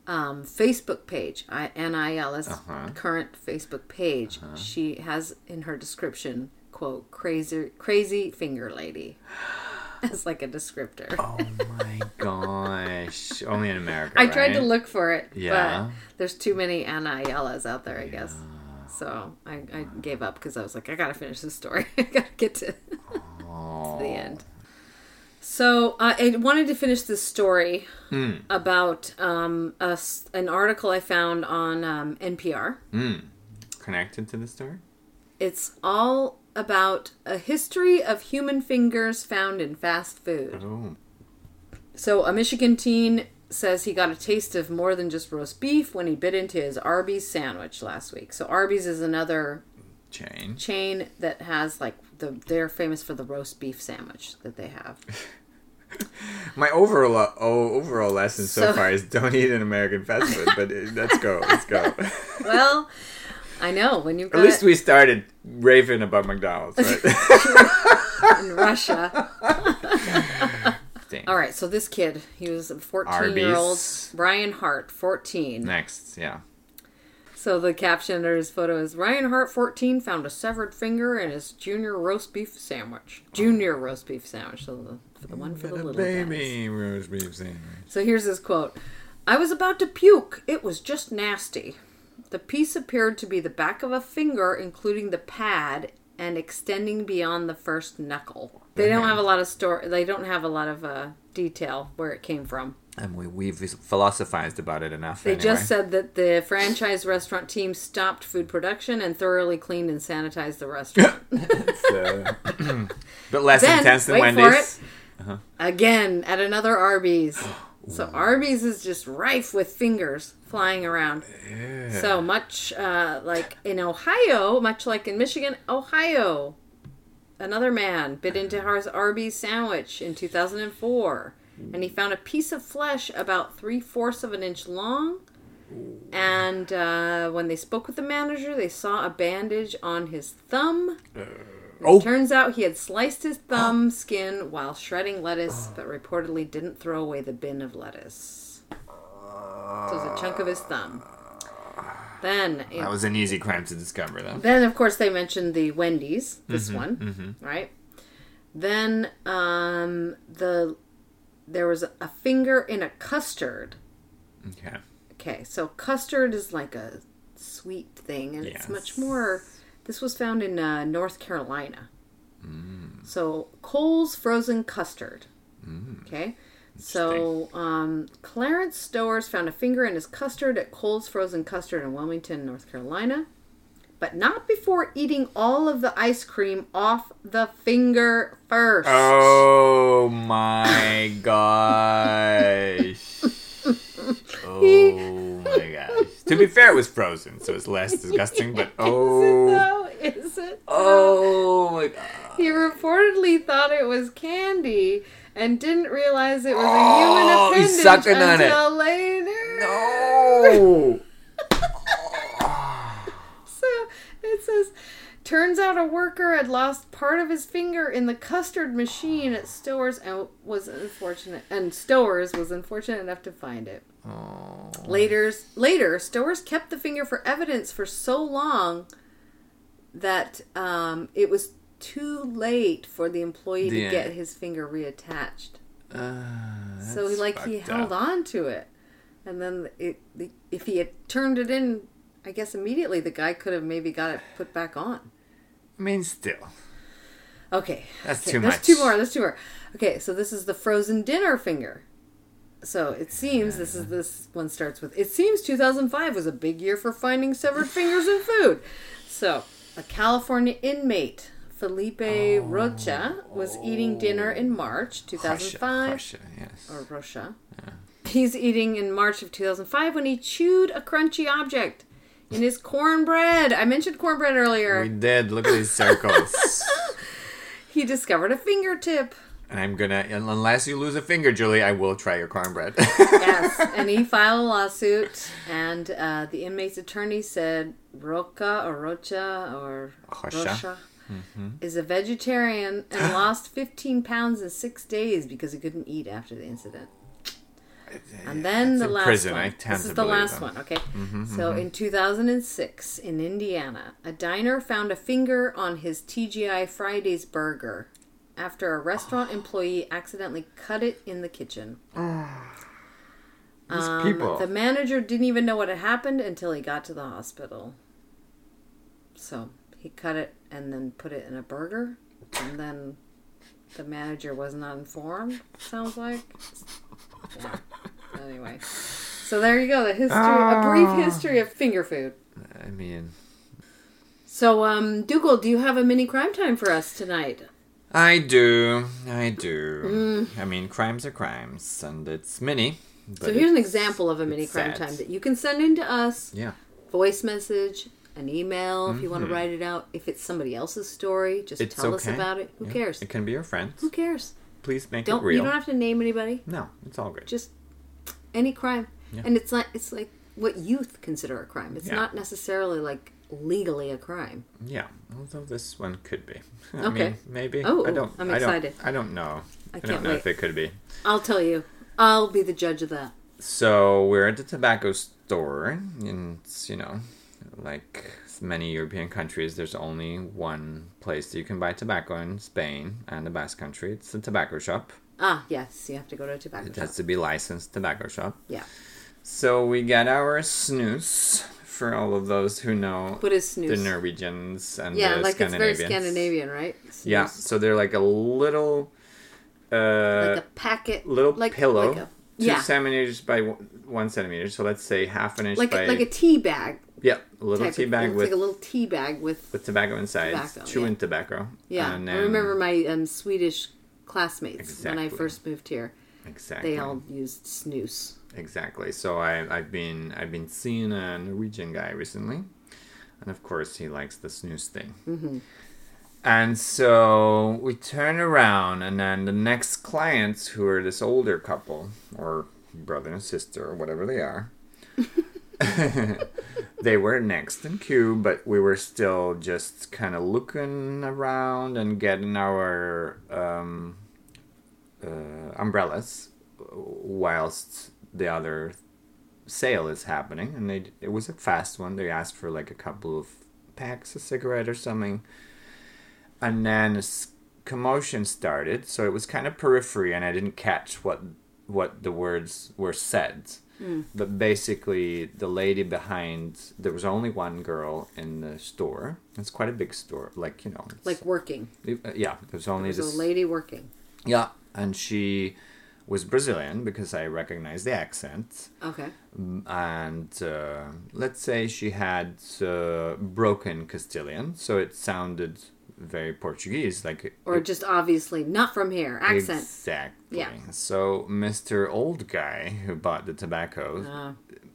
S3: um, Facebook page, I, Anna Ayala's
S4: Uh-huh.
S3: current Facebook page, she has in her description, quote, crazy, crazy finger lady as like a descriptor.
S4: Oh my gosh. Only in America.
S3: I tried to
S4: right?
S3: look for it,
S4: Yeah.
S3: but there's too many Anna Ayala's out there, I guess. So I, I gave up because I was like, I gotta finish this story. I gotta get to, to the end. So uh, I wanted to finish this story
S4: Hmm.
S3: about um, a s an article I found on um, NPR.
S4: Connected to the story?
S3: It's all about a history of human fingers found in fast food.
S4: Oh.
S3: So a Michigan teen says he got a taste of more than just roast beef when he bit into his Arby's sandwich last week. So Arby's is another
S4: Change.
S3: chain that has like the they're famous for the roast beef sandwich that they have.
S4: My overall oh, overall lesson so,
S3: So-
S4: far is don't eat an American fast food, but uh, let's go. Let's go.
S3: well, I know when you've got
S4: At least
S3: it
S4: we started raving about McDonald's, right?
S3: in Russia.
S4: Dang.
S3: All right, so this kid, he was a 14-year-old
S4: Arby's.
S3: Ryan Hart, 14.
S4: Next, yeah.
S3: So the caption under his photo is Ryan Hart, 14, found a severed finger in his junior roast beef
S4: Oh.
S3: sandwich. Junior roast beef sandwich. So the, for the one for the little guys.
S4: Baby roast beef sandwich.
S3: So here's his quote I was about to puke. It was just nasty. The piece appeared to be the back of a finger, including the pad and extending beyond the first knuckle. They don't have a lot of store. They don't have a lot of uh, detail where it came from.
S4: And we we've philosophized about it enough.
S3: They
S4: anyway.
S3: just said that the franchise restaurant team stopped food production and thoroughly cleaned and sanitized the restaurant.
S4: So- but less
S3: Then,
S4: intense than
S3: wait for
S4: Wendy's.
S3: Again, at another Arby's. So Arby's is just rife with fingers flying around. So much uh, like in Ohio, much like in Michigan, Ohio, another man bit into his Arby's sandwich in 2004, and he found a piece of flesh about three fourths of an inch long. And uh, when they spoke with the manager, they saw a bandage on his thumb.
S4: Oh.
S3: Turns out he had sliced his thumb skin while shredding lettuce, but reportedly didn't throw away the bin of lettuce. So it was a chunk of his thumb. Then,
S4: That was an easy crime to discover, though.
S3: then of course they mentioned the Wendy's. This one, right? Then um, the there was a finger in a custard. Mm-hmm.
S4: Okay.
S3: Okay, so custard is like a sweet thing, and it's much
S4: Yes.
S3: more. This was found in uh, North Carolina.
S4: Mm.
S3: So Cole's frozen custard. Okay. So um, Clarence Stowers found a finger in his custard at Cole's Frozen Custard in Wilmington, North Carolina, but not before eating all of the ice cream off the finger first.
S4: Oh my gosh. Oh my gosh. To be fair, it was frozen, so it's less disgusting, but oh.
S3: Though, is it?
S4: Oh my god.
S3: He reportedly thought it was candy and didn't realize it was
S4: Oh,
S3: a human
S4: he's
S3: appendage
S4: sucking on it.
S3: until later.
S4: No!
S3: So it says, turns out a worker had lost part of his finger in the custard machine at Stowers and was unfortunate, and Stowers was unfortunate enough to find it. Later, later, Stowers kept the finger for evidence for so long that um, it was too late for the employee to
S4: Yeah.
S3: get his finger reattached.
S4: Uh,
S3: So he
S4: that's
S3: like he
S4: fucked
S3: held
S4: up.
S3: on to it, and then it, the, if he had turned it in, I guess immediately the guy could have maybe got it put back on.
S4: I mean, still.
S3: Okay,
S4: That's
S3: okay,
S4: too
S3: There's
S4: much.
S3: two more. There's two more. Okay, so this is the frozen dinner finger. So it seems this is this one starts with it seems 2005 was a big year for finding severed fingers in food. So a California inmate. Felipe
S4: Oh.
S3: Rocha was eating dinner in March 2005
S4: Russia, Russia, yes.
S3: or Russia. He's eating in March of 2005 when he chewed a crunchy object in his cornbread. I mentioned cornbread earlier.
S4: We did. Look at these circles.
S3: He discovered a fingertip.
S4: and I'm gonna, un- unless you lose a finger, Julie, I will try your cornbread.
S3: Yes, and he filed a lawsuit. And uh, the inmate's attorney said Roca or Rocha or
S4: Rocha. Mm-hmm.
S3: Rocha is a vegetarian and lost 15 pounds in six days because he couldn't eat after the incident. And then
S4: It's
S3: the
S4: in
S3: last
S4: prison.
S3: one.
S4: I tend
S3: this is
S4: to
S3: the
S4: believe Mm-hmm,
S3: last
S4: them.
S3: one, okay? so in 2006 in Indiana, a diner found a finger on his TGI Fridays burger after a
S4: Oh.
S3: restaurant employee accidentally cut it in the kitchen.
S4: These
S3: Um,
S4: people.
S3: The manager didn't even know what had happened until he got to the hospital. So he cut it and then put it in a burger, and then the manager was not informed. Sounds like. Yeah. Anyway, so there you go. The history, a
S4: Ah.
S3: brief history of finger food.
S4: I mean,
S3: So, um, Dougal, do you have a mini crime time for us tonight?
S4: I do. I do. I mean, crimes are crimes, and it's mini. But
S3: Mm. So here's an
S4: it's-
S3: example of a mini
S4: it's
S3: crime
S4: sad.
S3: time that you can send in to us.
S4: Yeah.
S3: voice message, an email if you want to write it out. If it's somebody else's story, just
S4: Mm-hmm. It's
S3: tell us
S4: okay.
S3: about it. Who
S4: Yeah.
S3: cares?
S4: It can be your friends.
S3: Who cares?
S4: Please make
S3: Don't
S4: it real.
S3: you don't have to name anybody.
S4: No, it's all good.
S3: Just any crime.
S4: Yeah.
S3: And it's like it's like what youth consider a crime. It's
S4: Yeah.
S3: not necessarily like legally a crime.
S4: Yeah, although this one could be. I
S3: Okay.
S4: mean, maybe.
S3: Oh,
S4: I don't,
S3: I'm
S4: I don't-
S3: excited.
S4: I don't know. I,
S3: can't
S4: don't know
S3: wait.
S4: if it could be.
S3: I'll tell you. I'll be the judge of that.
S4: So we're at the tobacco store, and it's, you know, like many European countries, there's only one place that you can buy tobacco in Spain and the Basque Country. It's the tobacco shop.
S3: Ah, yes, you have to go to a tobacco
S4: It
S3: shop.
S4: has to be licensed tobacco shop.
S3: Yeah.
S4: So we get our snus for all of those who know
S3: What is snus?
S4: the Norwegians and
S3: yeah,
S4: the
S3: like it's very
S4: Scandinavians.
S3: Scandinavian, right?
S4: Yeah,
S3: Snus.
S4: so they're like a little, uh,
S3: Like a packet
S4: little
S3: like,
S4: pillow,
S3: Like a,
S4: two
S3: yeah.
S4: centimeters by one, one centimeter. So let's say half an inch
S3: Like
S4: by
S3: a, like a tea bag
S4: yeah, a little
S3: type
S4: tea
S3: of
S4: bag
S3: thing. It's
S4: with
S3: like a little tea bag with
S4: with tobacco inside, It's
S3: Tobacco,
S4: chewing
S3: yeah.
S4: tobacco.
S3: yeah.
S4: and
S3: I remember my um, Swedish classmates when I
S4: Exactly.
S3: first moved here.
S4: exactly
S3: They all used snus.
S4: exactly. So I I've been I've been seeing a Norwegian guy recently, and of course he likes the snooze thing. And so we turn around, and then the next clients, who are this older couple, or brother and sister, or whatever they are, they were next in queue, but we were still just kind of looking around and getting our um, uh, umbrellas whilst the other sale is happening. And they, it was a fast one. They asked for like a couple of packs of cigarette or something and then a s- commotion started so it was kind of periphery and i didn't catch what what the words were said
S3: Hmm.
S4: but basically the lady behind there was only one girl in the store it's quite a big store like you know it's-
S3: Like working.
S4: uh, yeah there's only
S3: There's
S4: this
S3: a lady working.
S4: yeah and she was brazilian because i recognized the accent
S3: Okay.
S4: and uh, let's say she had uh, broken Castilian, so it sounded very Portuguese, like it-
S3: Or just obviously not from here. Accent.
S4: Exactly.
S3: Yeah.
S4: So Mr. Old Guy who bought the tobacco
S3: Uh,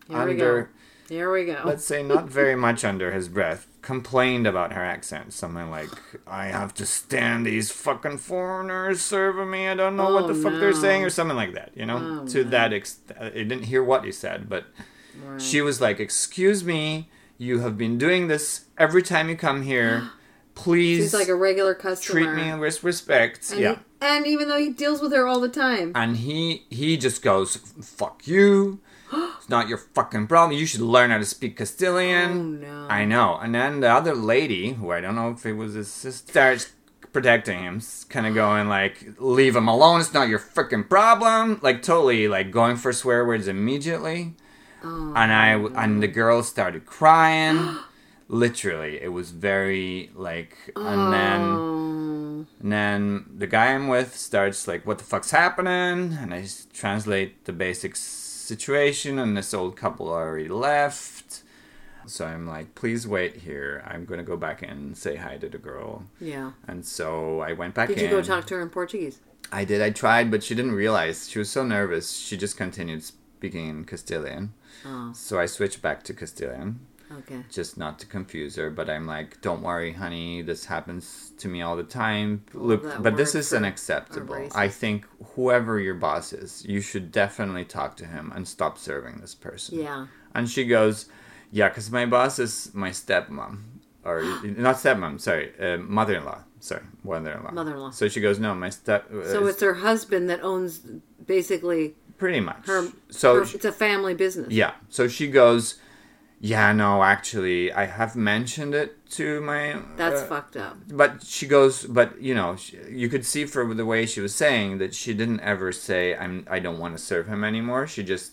S3: here we go.
S4: under
S3: Here we go.
S4: let's say not very much under his breath complained about her accent. Something like, I have to stand these fucking foreigners serving me, I don't know
S3: Oh,
S4: what the fuck they're
S3: no.
S4: saying, or something like that, you know?
S3: Oh,
S4: to that extent I didn't hear what he said, but
S3: Right.
S4: she was like, Excuse me, you have been doing this every time you come here. Please
S3: She's like a regular customer.
S4: treat me with respect.
S3: and,
S4: yeah.
S3: he- and even though he deals with her all the time.
S4: and he he just goes fuck you it's not your fucking problem you should learn how to speak castilian
S3: Oh, no.
S4: i know and then the other lady who i don't know if it was his sister starts protecting him kind of going like leave him alone it's not your freaking problem like totally like going for swear words immediately
S3: Oh,
S4: and i w- and the girl started crying literally it was very like and then
S3: Um,
S4: and then the guy I'm with starts like, "What the fuck's happening?" And I s- translate the basic s- situation, and this old couple already left. So I'm like, "Please wait here. I'm gonna go back and say hi to the girl."
S3: yeah.
S4: And so I went back
S3: Did
S4: in.
S3: you go talk to her in Portuguese?
S4: I did. I tried, but she didn't realize. She was so nervous. She just continued speaking in Castilian.
S3: Oh,
S4: So I switched back to Castilian
S3: okay.
S4: just not to confuse her, but I'm like, don't worry, honey, this happens to me all the time. Look,
S3: that
S4: but this
S3: word
S4: is
S3: for- or
S4: unacceptable.
S3: racist.
S4: I think whoever your boss is, you should definitely talk to him and stop serving this person.
S3: Yeah.
S4: And she goes, yeah, because my boss is my stepmom. or not stepmom, sorry, uh, mother-in-law. Sorry, mother-in-law.
S3: Mother-in-law.
S4: So she goes, no, my step. uh,
S3: So it's her husband that owns basically
S4: pretty much
S3: her.
S4: So
S3: her-
S4: she-
S3: it's a family business.
S4: Yeah. So she goes, Yeah, no, actually, I have mentioned it to my.
S3: That's
S4: uh,
S3: fucked up.
S4: But she goes, but you know, she, you could see from the way she was saying that she didn't ever say, "I'm, I don't want to serve him anymore." She just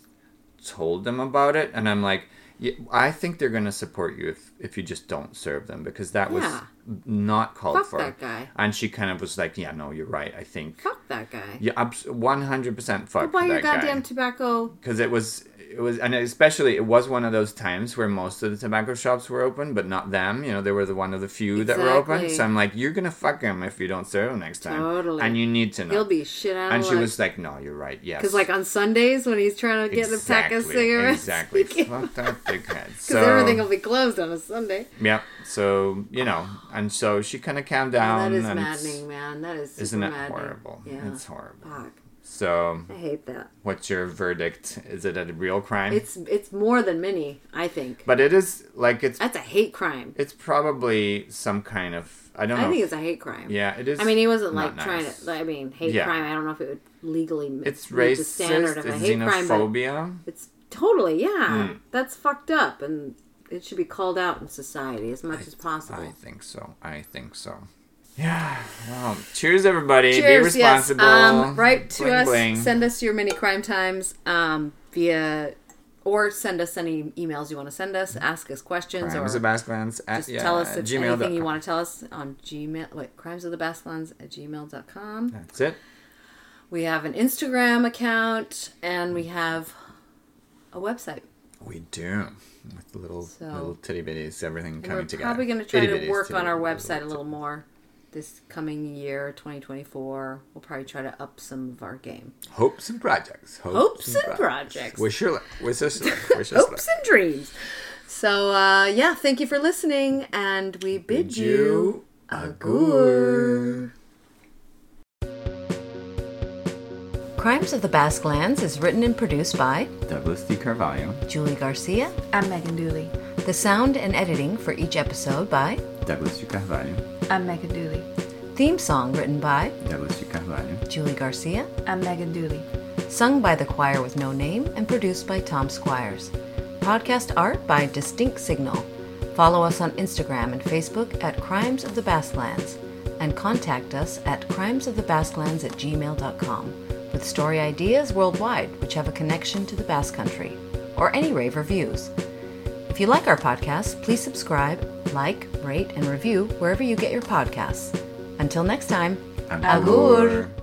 S4: told them about it, and I'm like, yeah, I think they're gonna support you if if you just don't serve them because that
S3: Yeah.
S4: was not called
S3: Fuck
S4: for.
S3: that guy.
S4: And she kind of was like, "Yeah, no, you're right. I think."
S3: Fuck that guy.
S4: Yeah, abs- 100% fuck
S3: Buy your
S4: that guy
S3: goddamn tobacco.
S4: because it was it was and especially it was one of those times where most of the tobacco shops were open but not them you know they were the one of the few that were open
S3: Exactly.
S4: so i'm like you're gonna fuck him if you don't serve him next time
S3: Totally.
S4: and you need to know
S3: He'll be shit out
S4: and
S3: of
S4: she
S3: luck.
S4: was like no you're right yes
S3: Because like on Sundays when he's trying to get a pack of cigarettes,
S4: exactly fuck that dickhead
S3: Because
S4: so
S3: everything will be closed on a Sunday.
S4: yeah so you know and so she kind of calmed
S3: Oh, that
S4: down
S3: is
S4: and it's-
S3: maddening, man. That is super
S4: isn't it
S3: maddening.
S4: horrible
S3: Yeah.
S4: it's horrible
S3: Fuck.
S4: so
S3: I hate that.
S4: what's your verdict is it a real crime
S3: It's it's more than many. I think
S4: but it is like it's
S3: that's a hate crime.
S4: It's probably some kind of I don't know.
S3: I think it's a hate crime.
S4: yeah, it is.
S3: I mean, he wasn't
S4: not
S3: like trying
S4: nice.
S3: to. I mean, hate
S4: Yeah.
S3: crime. I don't know if it would legally meet
S4: It's
S3: the
S4: racist. It's
S3: but
S4: xenophobia.
S3: it's totally yeah.
S4: Hmm.
S3: That's fucked up, and it should be called out in society as much as possible.
S4: I think so. I think so. Yeah. Well, cheers, everybody. Be
S3: Cheers. Yes.
S4: responsible.
S3: Um, write to
S4: Bling,
S3: us.
S4: bling.
S3: Send us your mini crime times um, via, or send us any emails you want to send us. Ask us questions
S4: Crimes
S3: or
S4: of Basquans at
S3: just
S4: yeah,
S3: tell us if
S4: gmail.com.
S3: anything you want to tell us on Gmail. Wait, crimes of the Basquans at gmail.com.
S4: That's it.
S3: We have an Instagram account and we have a website.
S4: We do with little
S3: So-
S4: little titty bitties. Everything
S3: And we're
S4: coming together.
S3: probably going to try to
S4: Itty-bitties,
S3: work on our
S4: titty-bitties.
S3: website a little more this coming year, 2024. We'll probably try to up some of our game.
S4: Hopes and projects.
S3: Hopes and projects.
S4: Wish your luck. Wish us luck. Wish us luck.
S3: hopes and dreams. So uh, yeah, thank you for listening, and we bid,
S4: Did
S3: you
S4: you a
S3: agur.
S2: Crimes of the Basque Lands is written and produced by
S4: Douglas D. Carvalho.
S2: Julie Garcia.
S5: I'm Megan Dooley.
S2: The sound and editing for each episode by
S4: Douglas D. Carvalho.
S5: I'm Megan Dooley.
S2: theme song written by
S4: Douglas D. Carvalho.
S2: Julie Garcia,
S5: I'm Megan Dooley.
S2: sung by the choir with no name and produced by Tom Squires. Podcast art by Distinct Signal. Follow us on Instagram and Facebook at Crimes of the Basquelands and contact us at crimesofthebasquelands at gmail.com with story ideas worldwide which have a connection to the Basque Country or any rave reviews. If you like our podcast, please subscribe, like, rate, and review wherever you get your podcasts. Until next time,
S4: Agur.
S2: Agur.